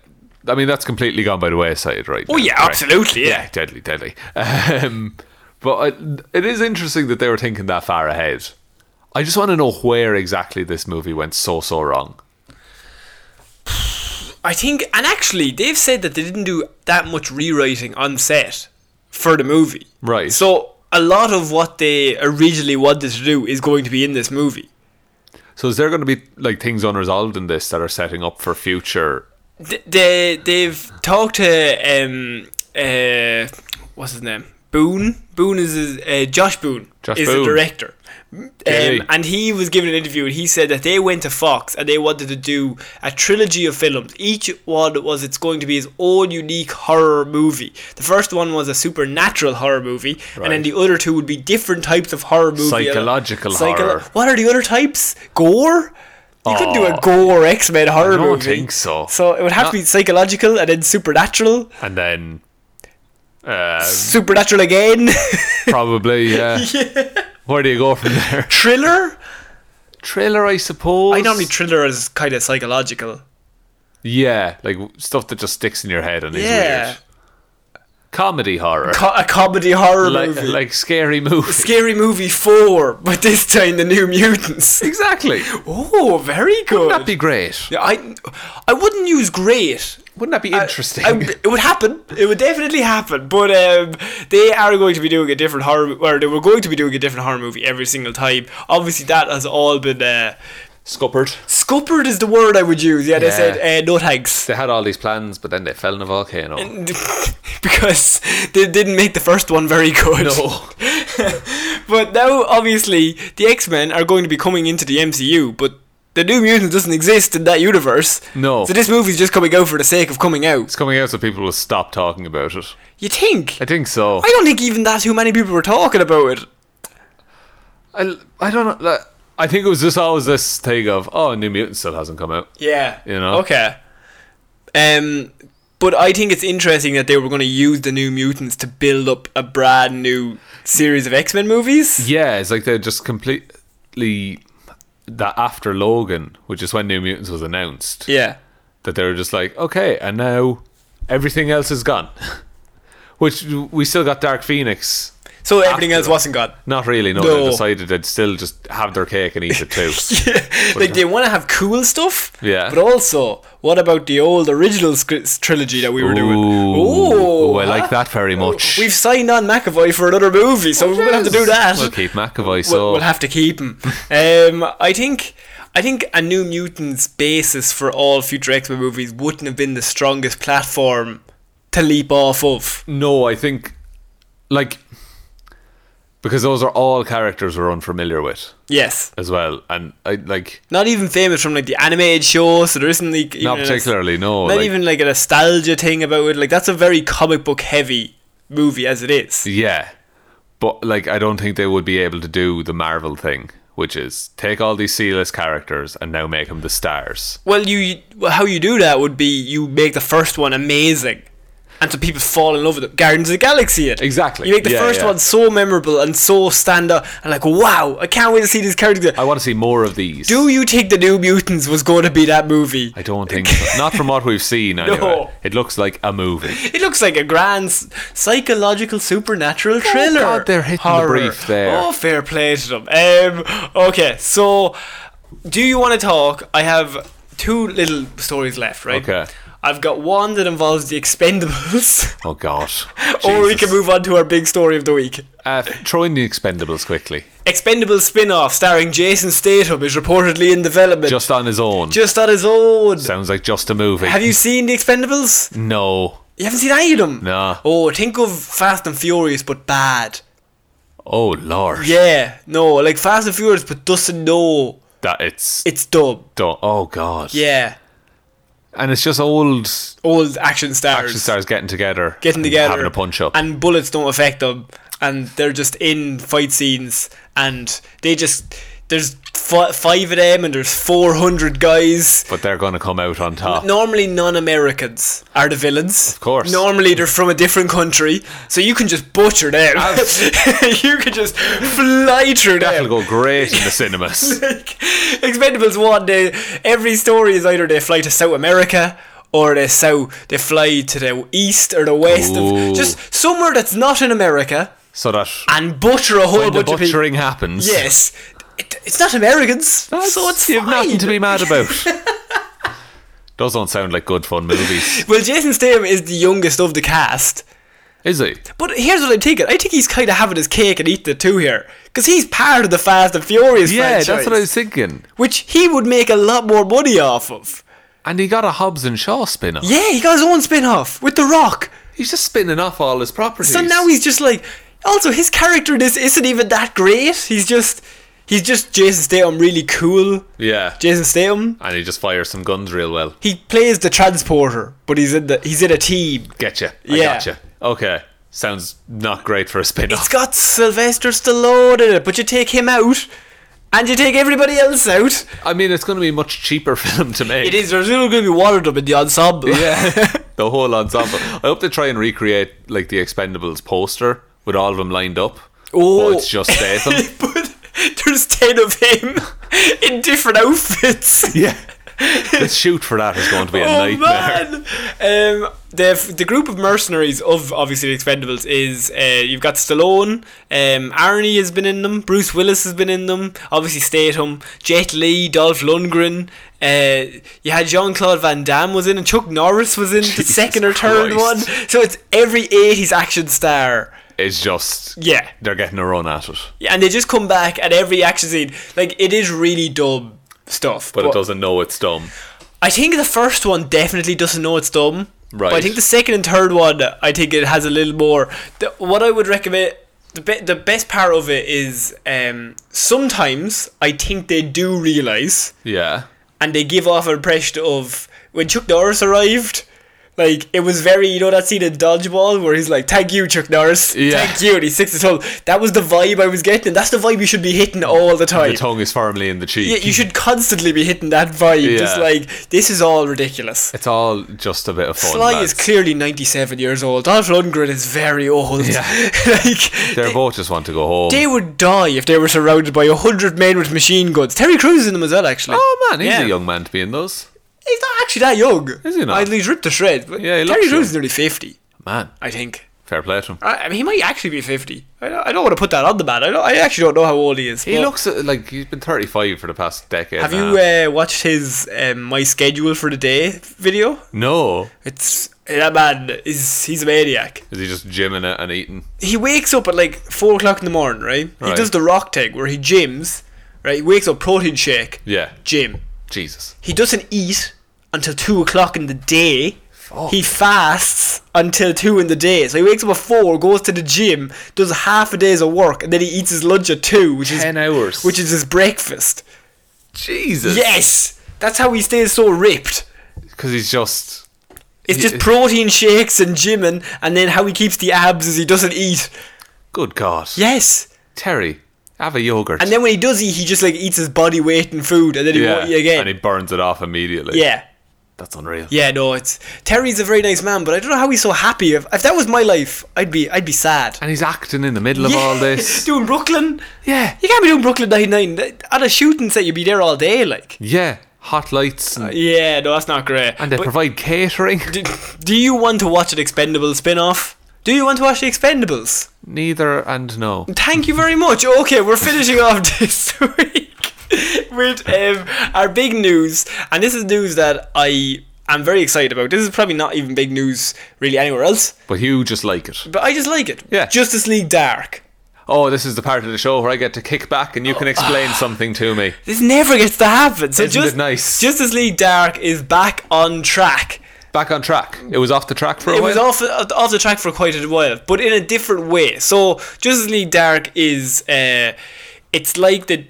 B: I mean, that's completely gone by the wayside, right?
A: Oh
B: now,
A: yeah,
B: right?
A: absolutely.
B: Yeah,
A: Yeah.
B: deadly, deadly. Um, but I, it is interesting that they were thinking that far ahead. I just want to know where exactly this movie went so so wrong.
A: I think, and actually, they've said that they didn't do that much rewriting on set for the movie.
B: Right.
A: So a lot of what they originally wanted to do is going to be in this movie.
B: So is there going to be like things unresolved in this that are setting up for future?
A: Th- They they've talked to um uh what's his name Boone Boone is his, uh, Josh Boone
B: Josh
A: is
B: Boone.
A: the director. Um,
B: Yay.
A: and he was given an interview and he said that they went to Fox and they wanted to do a trilogy of films. Each one was it's going to be his own unique horror movie. The first one was a supernatural horror movie, and then
B: Right.
A: the other two would be different types of horror movies.
B: Psychological horror. Oh.
A: What are the other types? Gore. You could do a
B: Aw.
A: gore X Men horror
B: I don't
A: movie.
B: think so.
A: So it would have to be psychological and then supernatural.
B: And then, uh,
A: Supernatural again.
B: probably yeah. Where do you go from there?
A: thriller?
B: Trailer, I suppose.
A: I normally thriller is kind of psychological.
B: yeah, like stuff that just sticks in your head and is
A: Yeah.
B: weird. Comedy horror,
A: Co- a comedy horror
B: like,
A: movie.
B: like scary movie.
A: Scary Movie 4, but this time the New Mutants.
B: Exactly.
A: Oh, very
B: That'd
A: good.
B: be great.
A: Yeah, I, I wouldn't use great.
B: Wouldn't that be interesting?
A: I, it would happen. It would definitely happen. But um, they are going to be doing a different horror. Or they were going to be doing a different horror movie every single time. Obviously, that has all been uh,
B: Scuppered.
A: scuppered is the word I would use. Yeah, they
B: Yeah.
A: said uh, no thanks
B: They had all these plans, but then they fell in a volcano.
A: because they didn't make the first one very good.
B: No.
A: but now obviously the X Men are going to be coming into the MCU, but. The New Mutants doesn't exist in that universe.
B: No.
A: So this movie's just coming out for the sake of coming out.
B: It's coming out so people will stop talking about it.
A: You think?
B: I think so.
A: I don't think even that too many people were talking about it.
B: I, I don't know. like, I think it was just always this thing of, oh, New Mutant still hasn't come out.
A: Yeah.
B: You know?
A: Okay. Um but I think it's interesting that they were going to use the new mutants to build up a brand new series of X-Men movies.
B: Yeah, it's like they're just completely. That after Logan, which is when New Mutants was announced,
A: Yeah.
B: that they were just like, okay, and now everything else is gone. which we still got Dark Phoenix.
A: So everything
B: After
A: else wasn't gone.
B: Not really, no.
A: No.
B: They decided they'd still just have their cake and eat it too.
A: like they want to have cool stuff.
B: Yeah.
A: But also, what about the old original sc- trilogy that we were doing?
B: Ooh, Oh, I
A: huh?
B: like that very much.
A: We've signed on McAvoy for another movie, so we're gonna have to do that.
B: We'll keep McAvoy.
A: we'll,
B: So
A: we'll have to keep him. um, I think I think a New Mutants basis for all future X Men movies wouldn't have been the strongest platform to leap off of.
B: no, I think like because those are all characters we're unfamiliar with
A: Yes,
B: as well, and I like
A: not even famous from like the animated show, so there isn't like even
B: not
A: a-
B: particularly. No,
A: not
B: like,
A: even like a nostalgia thing about it. Like that's a very comic book heavy movie as it is.
B: yeah, but like I don't think they would be able to do the Marvel thing, which is take all these C-list characters and now make them the stars.
A: Well, you well, how you do that would be you make the first one amazing. And so people fall in love with it. Guardians of the Galaxy, it
B: Exactly.
A: You make the
B: Yeah,
A: first
B: yeah.
A: one so memorable and so stand out, and like, wow, I can't wait to see these characters.
B: I want to see more of these.
A: do you think the New Mutants was going to be that movie?
B: I don't think so. not from what we've seen. Anyway,
A: No.
B: it looks like a movie.
A: It looks like a grand s- psychological supernatural thriller.
B: Oh, God, they're hitting the brief there.
A: Oh, fair play to them. Um, okay, so do you want to talk? I have two little stories left, right?
B: Okay.
A: I've got one that involves the Expendables,
B: Oh God.
A: or we
B: Jesus.
A: can move on to our big story of the week.
B: Uh, throw in the Expendables quickly,
A: Expendables spin-off starring Jason Statham is reportedly in development.
B: just on his own.
A: just on his own.
B: Sounds like just a movie.
A: Have you seen the Expendables?
B: No.
A: You haven't seen any of them.
B: Nah.
A: Oh, think of Fast and Furious, but bad.
B: Oh Lord.
A: Yeah, no, like Fast and Furious, but doesn't know
B: That it's.
A: it's dumb.
B: do- oh God.
A: Yeah,
B: and it's just old
A: Old action stars,
B: action stars getting together,
A: getting
B: and
A: together,
B: having a punch up.
A: and bullets don't affect them, and they're just in fight scenes, and they just there's f- five of them, and there's four hundred guys.
B: but they're going to come out on top.
A: Normally, non-Americans are the villains. Of
B: Ah. course.
A: Normally, they're from a different country, so you can just butcher them. you can just fly through
B: That'll
A: them.
B: go great in the cinemas.
A: Like, Expendables one, they, every story is either they fly to South America or they south they fly to the east or the west
B: Ooh.
A: of just somewhere that's not in America
B: So that
A: and butcher a whole
B: when
A: bunch
B: the
A: of people.
B: butchering happens,
A: Yes, it, it's not Americans, so it's
B: you've nothing
A: fine.
B: to be mad about. Those don't sound like good fun movies,
A: well, Jason Statham is the youngest of the cast.
B: is he?
A: But here's what I take it. I think he's kind of having his cake and eating it too here, because he's part of the Fast and Furious
B: Yeah,
A: franchise,
B: that's what I was thinking.
A: which he would make a lot more money off of.
B: And he got a Hobbs and Shaw spin off.
A: Yeah, he got his own spin off with The Rock.
B: He's just spinning off all his properties.
A: So now he's just like. Also, his character in this isn't even that great. He's just. He's just Jason Statham, really cool.
B: yeah,
A: Jason Statham.
B: and he just fires some guns real well.
A: He plays the transporter, but he's in the he's in a team.
B: Getcha, I
A: Yeah.
B: gotcha. Okay, sounds not great for a spin
A: It's
B: off.
A: got Sylvester Stallone in it, but you take him out, and you take everybody else out.
B: I mean, it's going to be a much cheaper film to make.
A: It is there's little going to be one of them in the ensemble.
B: Yeah, the whole ensemble. I hope they try and recreate like the Expendables poster with all of them lined up.
A: Oh.
B: but it's just Statham.
A: but there's ten of him in different outfits.
B: yeah, the shoot for that is going to be a
A: Oh
B: nightmare.
A: man! Um, the the group of mercenaries of obviously the Expendables is uh, you've got Stallone, um, Arnie has been in them, Bruce Willis has been in them, obviously Statham, Jet Li, Dolph Lundgren. Uh, you had Jean Claude Van Damme was in, and Chuck Norris was in the
B: Jesus
A: second or third
B: Christ.
A: one. So it's every eighties action star.
B: It's just
A: Yeah.
B: they're getting a run at it,
A: and they just come back at every action scene. Like it is really dumb stuff,
B: but it doesn't know it's dumb.
A: I think the first one definitely doesn't know it's dumb.
B: Right.
A: But I think the second and third one, I think it has a little more. The, what I would recommend, the be, the best part of it is um, sometimes I think they do realize
B: Yeah,
A: and they give off an impression of when Chuck Norris arrived. Like it was very, you know that scene in Dodgeball where he's like, "Thank you, Chuck Norris.
B: Yeah.
A: Thank you." And he's six to twelve. That was the vibe I was getting. That's the vibe you should be hitting all the time.
B: the tongue is firmly in the cheek.
A: yeah, you should constantly be hitting that vibe. Just
B: Yeah.
A: like this is all ridiculous.
B: It's all just a bit of fun.
A: Sly
B: lads.
A: is clearly 97 years old. Dolph Lundgren is very old.
B: Yeah.
A: like,
B: They
A: they,
B: both just want to go home.
A: they would die if they were surrounded by 100 men with machine guns. Terry Crews is in them as well, actually.
B: oh man, he's
A: Yeah.
B: a young man to be in those.
A: He's not actually that young.
B: Is he not?
A: I, he's ripped to shreds. But
B: Yeah, he
A: Terry
B: looks
A: Crews is nearly 50,
B: Man,
A: I think.
B: fair play to him.
A: I, I mean, he might actually be 50. I don't, I don't want to put that on the man. I, don't, I actually don't know how old he is.
B: He
A: but-
B: looks uh, like he's been 35 for the past decade.
A: Have
B: and a
A: you
B: half.
A: uh, watched his um, My Schedule for the Day video?
B: no.
A: It's. That man is. He's a maniac.
B: Is he just gymming it and eating?
A: he wakes up at like four o'clock in the morning, right? He
B: Right.
A: does the rock tag where he gyms, right? He wakes up protein shake,
B: Yeah.
A: gym.
B: Jesus.
A: He doesn't eat until two o'clock in the day. He fasts until two in the day. So he wakes up at four, goes to the gym, does half a day's of work, and then he eats his lunch at two, which is
B: hours.
A: which is his breakfast.
B: Jesus.
A: Yes! That's how he stays so ripped.
B: Because he's just.
A: It's just
B: Yeah.
A: protein shakes and gymming, and then how he keeps the abs is he doesn't eat.
B: Good God.
A: Yes!
B: Terry, have a yogurt.
A: And then when he does eat, he just like eats his body weight in food, and then he
B: yeah.
A: won't eat again.
B: And he burns it off immediately.
A: yeah,
B: That's unreal.
A: yeah. No, it's Terry's a very nice man, but I don't know how he's so happy. If, if that was my life, I'd be I'd be sad.
B: And he's acting in the middle
A: Yeah.
B: of all this.
A: doing Brooklyn.
B: yeah.
A: You can't be doing Brooklyn Nine Nine on a shooting set. You'd be there all day, like.
B: Yeah. Hot lights. And,
A: Uh, Yeah, no, that's not great.
B: and they
A: But
B: provide catering.
A: do, do you want to watch an Expendable spin-off? Do you want to watch the Expendables?
B: Neither and no.
A: Thank you very much. Okay, we're finishing off this week with um, our big news, and this is news that I am very excited about. This is probably not even big news really anywhere else,
B: But you just like it.
A: but I just like it.
B: Yeah.
A: Justice League Dark.
B: Oh, this is the part of the show where I get to kick back and you can explain something to me.
A: This never gets to happen. So
B: Isn't it
A: just
B: nice?
A: Justice League Dark is back on track.
B: Back on track. It was off the track for a
A: It
B: while.
A: was off off the track for quite a while, but in a different way. So Justice League Dark is uh, it's like the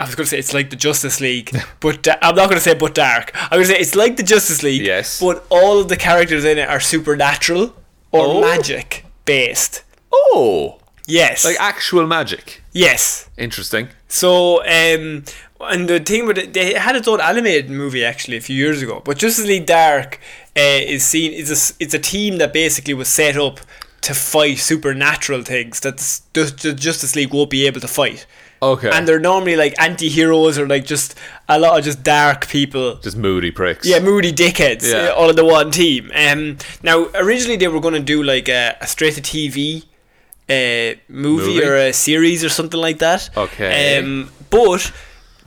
A: I was going to say it's like the Justice League, but da- I'm not going to say but dark. I'm going to say it's like the Justice League.
B: Yes.
A: But all of the characters in it are supernatural or
B: Oh.
A: magic based.
B: Oh,
A: Yes.
B: like actual magic.
A: yes.
B: Interesting.
A: So, um, and the thing with it, they had its own animated movie actually a few years ago. But Justice League Dark uh, is seen is a s- it's a team that basically was set up to fight supernatural things that s- the, the Justice League won't be able to fight.
B: Okay.
A: And they're normally like anti-heroes or like just a lot of just dark people.
B: just moody pricks.
A: Yeah, moody dickheads
B: Yeah.
A: uh, all in the one team. Um, now originally they were going to do like a, a straight to TV uh, movie,
B: Movie?
A: or a series or something like that.
B: Okay.
A: Um, but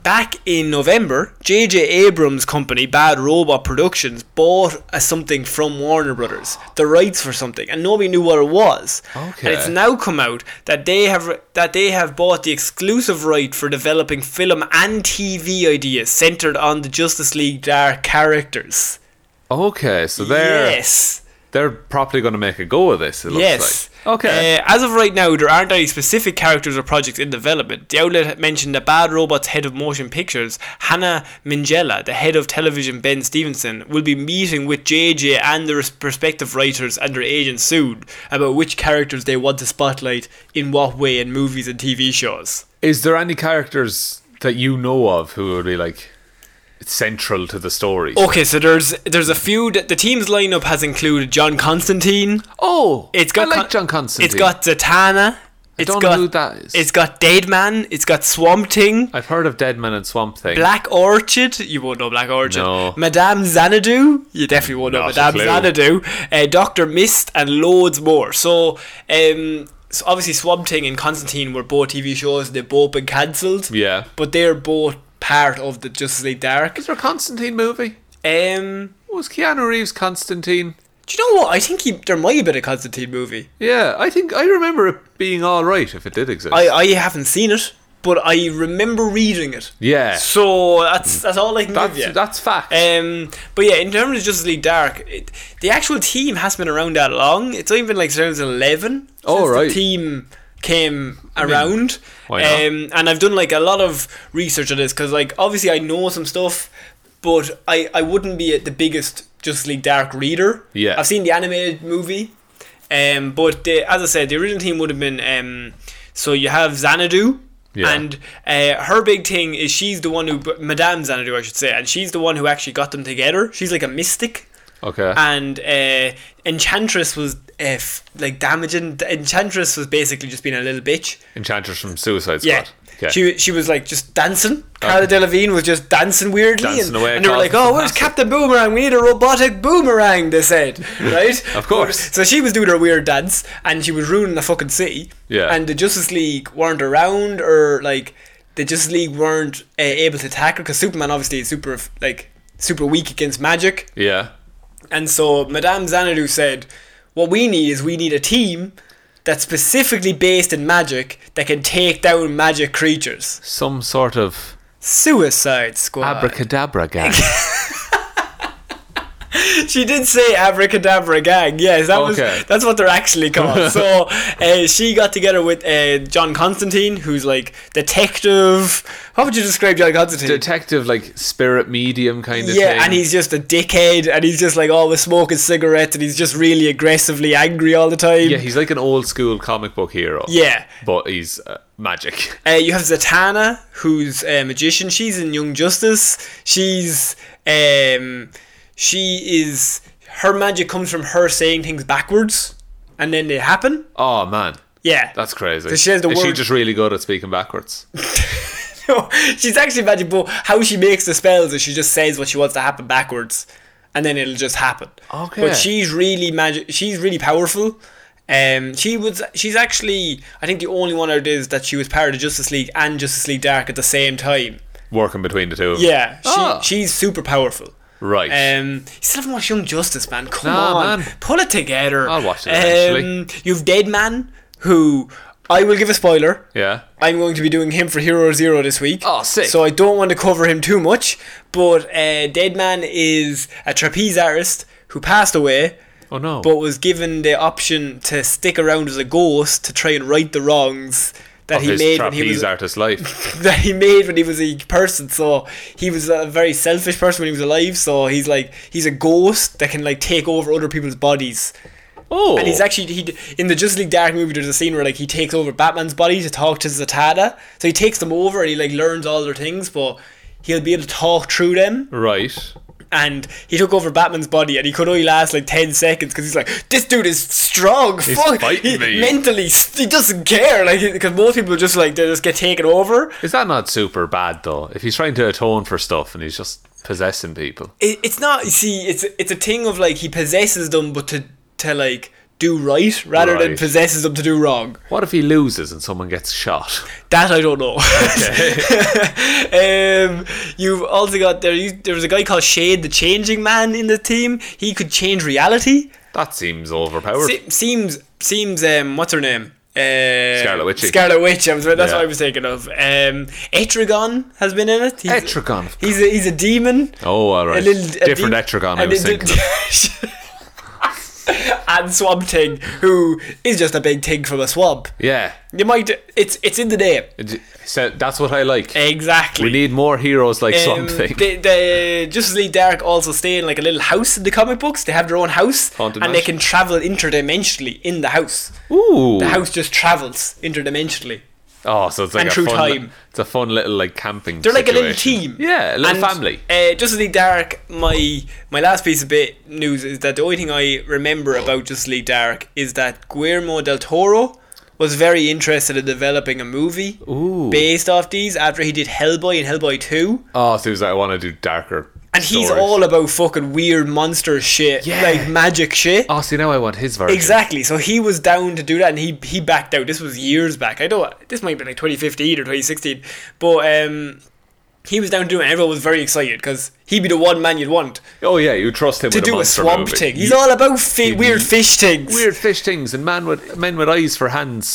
A: back in November, J.J. Abrams' company, Bad Robot Productions, bought a something from Warner Brothers, the rights for something, and nobody knew what it was.
B: Okay.
A: And it's now come out that they have that they have bought the exclusive right for developing film and TV ideas centered on the Justice League Dark characters.
B: Okay, so they're
A: yes.
B: they're probably going to make a go of this. It looks
A: Yes.
B: like. Okay.
A: Uh, as of right now, there aren't any specific characters or projects in development. The outlet mentioned that Bad Robot's head of motion pictures, Hannah Mingella, the head of television Ben Stevenson, will be meeting with JJ and their respective writers and their agents soon about which characters they want to spotlight in what way in movies and TV shows.
B: Is there any characters that you know of who would be like central to the story?
A: Okay, so there's there's a few. That, the team's lineup has included John Constantine.
B: Oh,
A: It's got
B: I like
A: Con-
B: John Constantine.
A: It's got Zatanna. It's
B: don't know
A: got,
B: who that is.
A: It's got Deadman. It's got Swamp Thing.
B: I've heard of Deadman and Swamp Thing.
A: Black Orchid, you won't know Black Orchid.
B: No.
A: Madame Xanadu, you definitely won't know
B: Not a
A: Madame
B: clue.
A: Xanadu. Uh, Doctor Mist, and loads more. So, um, so obviously Swamp Thing and Constantine were both TV shows. They've both been cancelled.
B: Yeah.
A: but they're both part of the Justice League Dark.
B: Is there a Constantine movie?
A: Um,
B: Was Keanu Reeves Constantine?
A: do you know what? I think he, there might have been a Constantine movie.
B: Yeah, I think I remember it being all right if it did exist.
A: I I haven't seen it, but I remember reading it.
B: yeah,
A: So that's that's all I can
B: that's
A: give you.
B: that's fact.
A: Um, but yeah, in terms of Justice League Dark, it, the actual team hasn't been around that long. It's only been like 2011.
B: Oh,
A: since
B: right.
A: The team came around.
B: why not?
A: Um, and I've done like a lot of research on this because, like, obviously I know some stuff, but I, I wouldn't be the biggest Justice League Dark reader.
B: Yeah.
A: I've seen the animated movie. Um, but the, as I said, the original team would have been um, so you have Xanadu.
B: Yeah.
A: And uh, her big thing is she's the one who, Madame Xanadu, I should say, and she's the one who actually got them together. She's like a mystic,
B: okay.
A: and uh, Enchantress was uh, f- like damaging. Enchantress was basically just being a little bitch.
B: Enchantress from Suicide Squad.
A: Yeah.
B: Okay.
A: She, she was like just dancing. Cara Delevingne was just dancing weirdly,
B: Dancing
A: and,
B: away
A: and they were
B: across
A: like,
B: the
A: "Oh, where's
B: fantastic."
A: Captain Boomerang? We need a robotic boomerang." They said, right?
B: Of course.
A: So she was doing her weird dance, and she was ruining the fucking city.
B: Yeah.
A: And the Justice League weren't around, or like the Justice League weren't uh, able to tackle because Superman obviously is super like super weak against magic,
B: yeah.
A: and so Madame Xanadu said, What we need is we need a team that's specifically based in magic that can take down magic creatures.
B: Some sort of
A: Suicide
B: Uh,
A: Squad.
B: abracadabra gang.
A: she did say abracadabra gang. Yes, that
B: Okay.
A: was that's what they're actually called. so uh, she got together with uh, John Constantine, who's like detective. How would you describe John Constantine?
B: Detective, like spirit medium kind of
A: yeah,
B: thing.
A: and he's just a dickhead, and he's just like always smoking cigarettes, and he's just really aggressively angry all the time.
B: yeah, he's like an old school comic book hero.
A: yeah.
B: but he's uh, magic.
A: Uh, you have Zatanna, who's a magician. She's in Young Justice. She's um, she is her magic comes from her saying things backwards, and then they happen.
B: Oh man,
A: Yeah,
B: that's crazy.
A: So she has the
B: Is she
A: word-
B: just really good at speaking backwards?
A: she's actually magic. But how she makes the spells is she just says what she wants to happen backwards, and then it'll just happen.
B: Okay.
A: but she's really magic. She's really powerful. Um, she was. She's actually. I think the only one out is that she was part of the Justice League and Justice League Dark at the same time.
B: Working between the two of them.
A: Yeah, she,
B: Ah.
A: she's super powerful.
B: Right.
A: Um, you still haven't watched Young Justice, man. Come
B: Nah,
A: on,
B: man.
A: pull it together.
B: I'll watch it eventually.
A: Um, you've Dead Man, who I will give a spoiler.
B: yeah.
A: I'm going to be doing him for Hero Zero this week.
B: Oh, sick.
A: So I don't want to cover him too much, but uh, Dead Man is a trapeze artist who passed away,
B: Oh no.
A: but was given the option to stick around as a ghost to try and right the wrongs that he
B: his
A: made when
B: trapeze
A: he was
B: artist life.
A: that he made when he was a person. So he was a very selfish person when he was alive. So he's like he's a ghost that can like take over other people's bodies.
B: Oh,
A: And he's actually he d- in the Justice League Dark movie. There's a scene where like he takes over Batman's body to talk to Zatanna. So he takes them over and he like learns all their things, but he'll be able to talk through them.
B: right.
A: And he took over Batman's body, and he could only last like ten seconds because he's like, this dude is strong. Fuck,
B: fighting
A: he,
B: me."
A: mentally, s- he doesn't care. Like because most people just like they just get taken over.
B: Is that not super bad though? If he's trying to atone for stuff and he's just possessing people.
A: it, it's not you see it's it's a thing of like he possesses them but to to like do right rather than
B: Right.
A: possesses them to do wrong
B: What if he loses and someone gets shot?
A: that I don't know um, you've also got there you, there was a guy called Shade the changing man in the team he could change reality
B: That seems overpowered.
A: Se- seems seems um what's her name uh,
B: Scarlet Witchy.
A: Scarlet Witch. I was, that's
B: Yeah.
A: what I was thinking of. Um, Etrigon has been in it. He's,
B: Etrigon.
A: He's a, he's a demon.
B: oh, all right.
A: a little a
B: Different
A: deep-
B: Etrigon.
A: a
B: I was
A: little-
B: thinking.
A: and Swamp Thing, who is just a big thing from a swamp.
B: yeah.
A: You might. It's it's in the name
B: D- So that's what I like.
A: exactly.
B: We need more heroes like
A: Um,
B: something.
A: The, the Justice League Dark also stay in like a little house in the comic books. They have their own house,
B: Haunted
A: and they
B: mansion.
A: can travel interdimensionally in the house.
B: Ooh.
A: The house just travels interdimensionally.
B: Oh, so it's like
A: And
B: a
A: through
B: fun,
A: time.
B: It's a fun little like camping.
A: They're like a little
B: situation.
A: team.
B: Yeah, a little
A: and,
B: family.
A: Uh, Justice League Dark. My my last piece of bit news is that the only thing I remember about Justice League Dark is that Guillermo del Toro was very interested in developing a movie
B: Ooh.
A: based off these after he did Hellboy and Hellboy Two,
B: Oh, so it was like I want to do darker.
A: and he's
B: stories.
A: all about fucking weird monster shit,
B: Yeah.
A: like magic shit.
B: Oh, see now I want his version.
A: Exactly. So he was down to do that, and he he backed out. This was years back. I know this might be like 2015 or 2016, but um, he was down to do it. And everyone was very excited because he'd be the one man you'd want
B: Oh yeah, you trust him
A: to
B: with a
A: do a
B: monster
A: swamp
B: movie.
A: thing. He's all about fi- weird fish things.
B: Weird fish things and man with men with eyes for hands.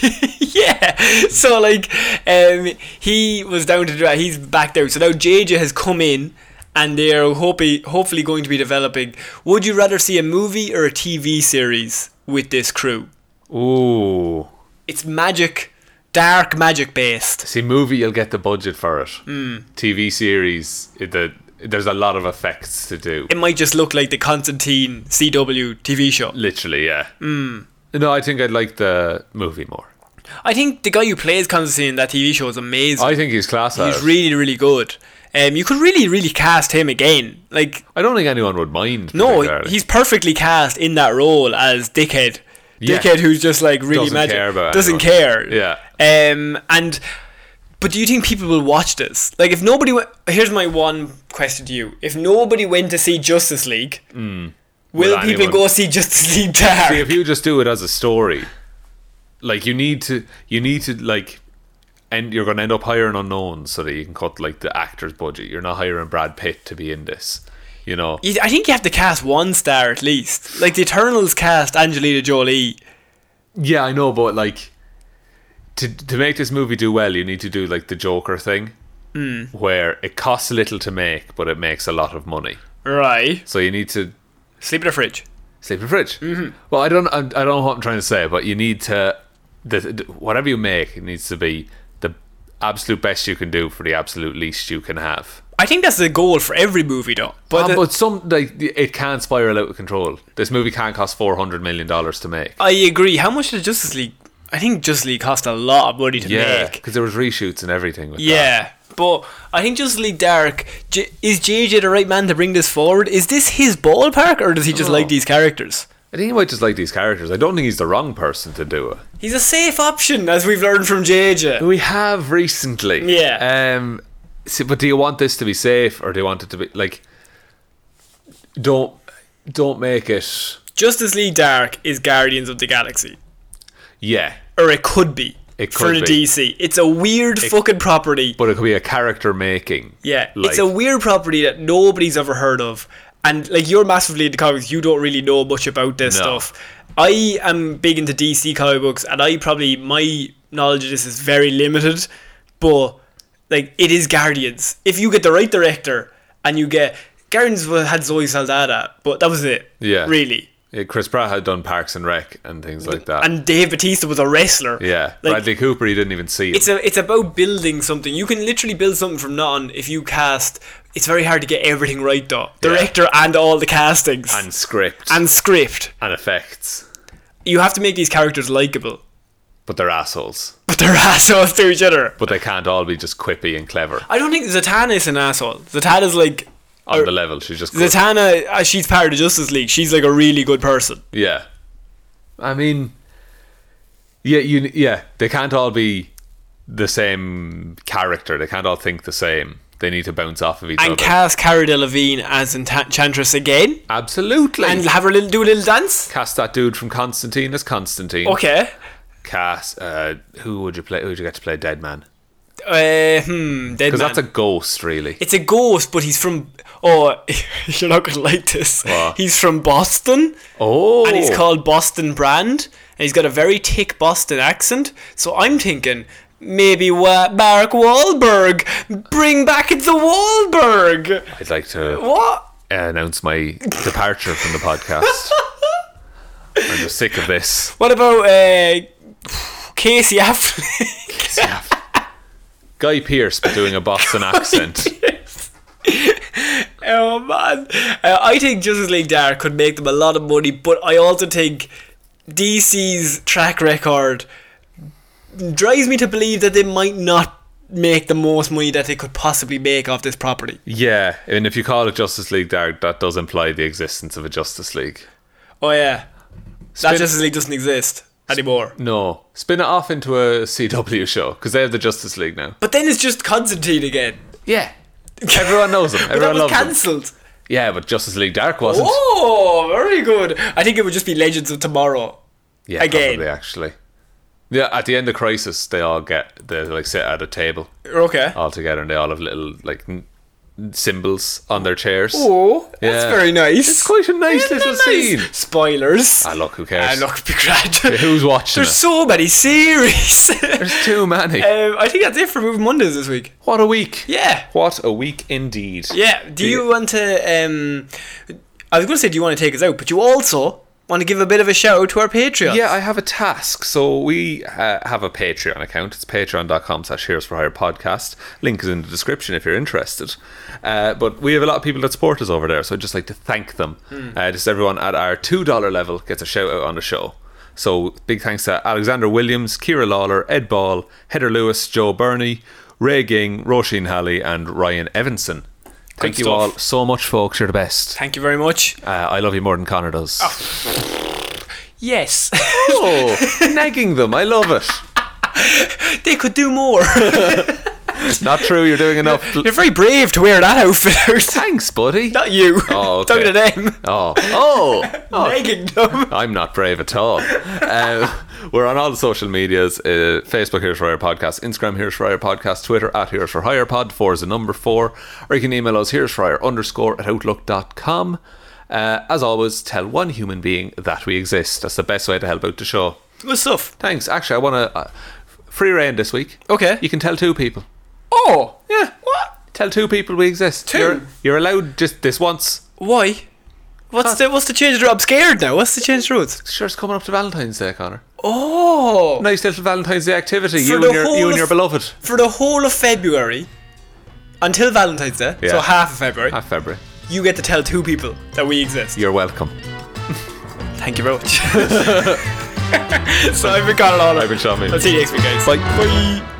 A: yeah. So like, um, he was down to do that. He's backed out. So now JJ has come in. And they're hoping, hopefully going to be developing. Would you rather see a movie or a TV series with this crew?
B: Ooh.
A: It's magic, dark magic based.
B: See, movie you'll get the budget for it.
A: Hmm.
B: TV series, it, the, there's a lot of effects to do.
A: it might just look like the Constantine CW TV show.
B: Literally, yeah.
A: Hmm.
B: No, I think I'd like the movie more.
A: I think the guy who plays Constantine in that TV show is amazing.
B: I think he's class. at
A: He's
B: it.
A: really, really good. Um, you could really, really cast him again. Like,
B: I don't think anyone would mind.
A: no,
B: particularly.
A: he's perfectly cast in that role as dickhead.
B: Yeah.
A: Dickhead who's just like really
B: Doesn't
A: magic.
B: care about
A: doesn't
B: anyone.
A: care.
B: Yeah.
A: Um, and but do you think people will watch this? Like, if nobody went, here's my one question to you: If nobody went to see Justice League, will,
B: Hmm. Will
A: people
B: anyone?
A: go see Justice League Dark?
B: See, if you just do it as a story, like you need to, you need to like, and you're going to end up hiring unknowns so that you can cut like the actor's budget. You're not hiring Brad Pitt to be in this, you know.
A: You- I think you have to cast one star at least. Like the Eternals cast Angelina Jolie.
B: Yeah, I know, but like, to to make this movie do well, you need to do like the Joker thing,
A: Hmm.
B: where it costs little to make, but it makes a lot of money.
A: Right.
B: So you need to
A: Sleep in a fridge.
B: Sleep in the fridge.
A: Mm-hmm.
B: Well, I don't, I, I don't know what I'm trying to say, but you need to, the, the, whatever you make, it needs to be the absolute best you can do for the absolute least you can have.
A: I think that's the goal for every movie though. But,
B: But,
A: the-
B: but some like it can spiral out of control. This movie can cost four hundred million dollars to make.
A: I agree. How much did Justice League I think Justice League cost a lot of money to
B: Yeah,
A: make.
B: because there was reshoots and everything. With that.
A: Yeah. But I think Justice League Dark J- is JJ the right man to bring this forward? Is this his ballpark or does he just
B: Oh.
A: like these characters?
B: I think he might just like these characters. I don't think he's the wrong person to do it.
A: He's a safe option as we've learned from JJ.
B: We have recently.
A: Yeah.
B: Um, so- but do you want this to be safe, or do you want it to be like? Don't don't make it.
A: Justice League Dark is Guardians of the Galaxy.
B: Yeah,
A: or it could be
B: It
A: for
B: could
A: the
B: be.
A: DC. It's a weird fucking property.
B: but it could be a character making.
A: yeah,
B: like,
A: it's a weird property that nobody's ever heard of, and like you're massively into comics, you don't really know much about this
B: No.
A: stuff. I am big into DC comic books, and I probably my knowledge of this is very limited, but like it is Guardians. If you get the right director and you get Guardians wa- had Zoe Saldana, but that was it.
B: Yeah.
A: really.
B: Yeah, Chris Pratt had done Parks and Rec and things like that.
A: And Dave Batista was a wrestler.
B: yeah,
A: like-
B: Bradley Cooper, he didn't even see it.
A: It's a it's about building something. You can literally build something from none if you cast. It's very hard to get everything right though. Director and all the castings
B: and script and,
A: and script.
B: effects,
A: You have to make these characters likable,
B: but they're assholes.
A: but they're assholes to each other.
B: But they can't all be just quippy and clever
A: I don't think Zatanna is an asshole. Zatanna's like
B: on
A: Or-
B: the level. She's just good.
A: Zatanna. uh, She's part of the Justice League. She's like a really good person.
B: yeah. I mean, yeah, you yeah. They can't all be the same character. They can't all think the same. They need to bounce off of each
A: And
B: other.
A: cast Cara Delevingne as Enchantress again,
B: Absolutely.
A: and have her little do a little dance.
B: cast that dude from Constantine as Constantine.
A: Okay.
B: Cast uh, who would you play? Who would you get to play Dead Man?
A: Uh, hmm. Dead
B: Because
A: man.
B: that's a ghost, really.
A: It's a ghost, but he's from. Oh, you're not gonna like this.
B: What?
A: He's from Boston,
B: Oh,
A: and he's called Boston Brand, and he's got a very thick Boston accent. So I'm thinking maybe wa- Mark Wahlberg, bring back the Wahlberg.
B: I'd like to uh,
A: What?
B: announce my departure from the podcast. I'm just sick of this.
A: What about uh, Casey Affleck?
B: Guy Pearce but doing a Boston accent.
A: oh man, uh, I think Justice League Dark could make them a lot of money, but I also think DC's track record drives me to believe that they might not make the most money that they could possibly make off this property.
B: Yeah, and if you call it Justice League Dark, that does imply the existence of a Justice League.
A: Oh yeah, that
B: Spin-
A: Justice League doesn't exist anymore.
B: No, spin it off into a CW show because they have the Justice League now.
A: But then it's just Constantine again.
B: Yeah, everyone knows them.
A: But that
B: Everyone
A: was
B: loves them.
A: cancelled.
B: Yeah, but Justice League Dark wasn't.
A: Oh, very good. I think it would just be Legends of Tomorrow.
B: Yeah,
A: Again.
B: probably actually. Yeah, at the end of Crisis, they all get they like sit at a table
A: Okay.
B: all together, and they all have little like n- symbols on their chairs.
A: Oh, that's
B: Yeah.
A: very nice.
B: It's quite a nice
A: Isn't
B: little
A: that nice?
B: scene.
A: Spoilers.
B: Ah, look, who
A: I
B: cares?
A: look, be glad.
B: Who's watching
A: There's
B: it?
A: so many series. um,
B: There's too many.
A: I think that's it for Moving Mondays this week.
B: what a week!
A: Uh, Yeah.
B: What a week indeed.
A: Yeah. Do you want to? Um, I was going to say, do you want to take us out? But you also want to give a bit of a shout out to our Patreon.
B: Yeah, I have a task. So we uh, have a Patreon account. It's patreon.com slash heroes for hire podcast. Link is in the description if you're interested. Uh, but we have a lot of people that support us over there. So I'd just like to thank them. Uh, just everyone at our $2 level gets a shout out on the show. So big thanks to Alexander Williams, Kira Lawler, Ed Ball, Heather Lewis, Joe Burney, Ray Ging, Roisin Halley, and Ryan Evanson. Thank you
A: stuff.
B: all so much, folks. You're the best.
A: Thank you very much.
B: Uh, I love you more than Connor does.
A: Yes,
B: Oh, nagging them. I love it.
A: they could do more.
B: Not true. You're doing enough.
A: You're very brave to wear that outfit out.
B: Thanks, buddy.
A: Not you.
B: Oh, okay.
A: Talking to them.
B: Oh, oh, oh.
A: Nagging them.
B: I'm not brave at all. Um, we're on all the social medias: uh, Facebook Here's for Hire Podcast, Instagram Here's for Hire Podcast, Twitter at Here's for Hire Pod. Four is the number four, or you can email us Here's for Hire underscore at outlook.com. Uh, as always, tell one human being that we exist. That's the best way to help out the show.
A: Good stuff.
B: Thanks. Actually, I want to uh, free reign this week.
A: Okay.
B: You can tell two people.
A: Oh.
B: Yeah.
A: What?
B: Tell two people we exist.
A: Two?
B: You're, you're allowed just this once.
A: Why? What's the what's the change the I'm scared now. What's the change roads?
B: Sure, it's coming up to Valentine's Day, Connor.
A: Oh,
B: Nice little Valentine's Day activity.
A: For
B: You
A: the
B: and, your,
A: whole
B: you and your
A: of-
B: beloved.
A: for the whole of February until Valentine's Day, so
B: Yeah.
A: half of February,
B: Half February.
A: you get to tell two people that we exist.
B: You're welcome.
A: Thank you very much. so I've been Conor Lawler.
B: I've been Sean Mealy.
A: I'll see you next week, guys.
B: Bye. Bye.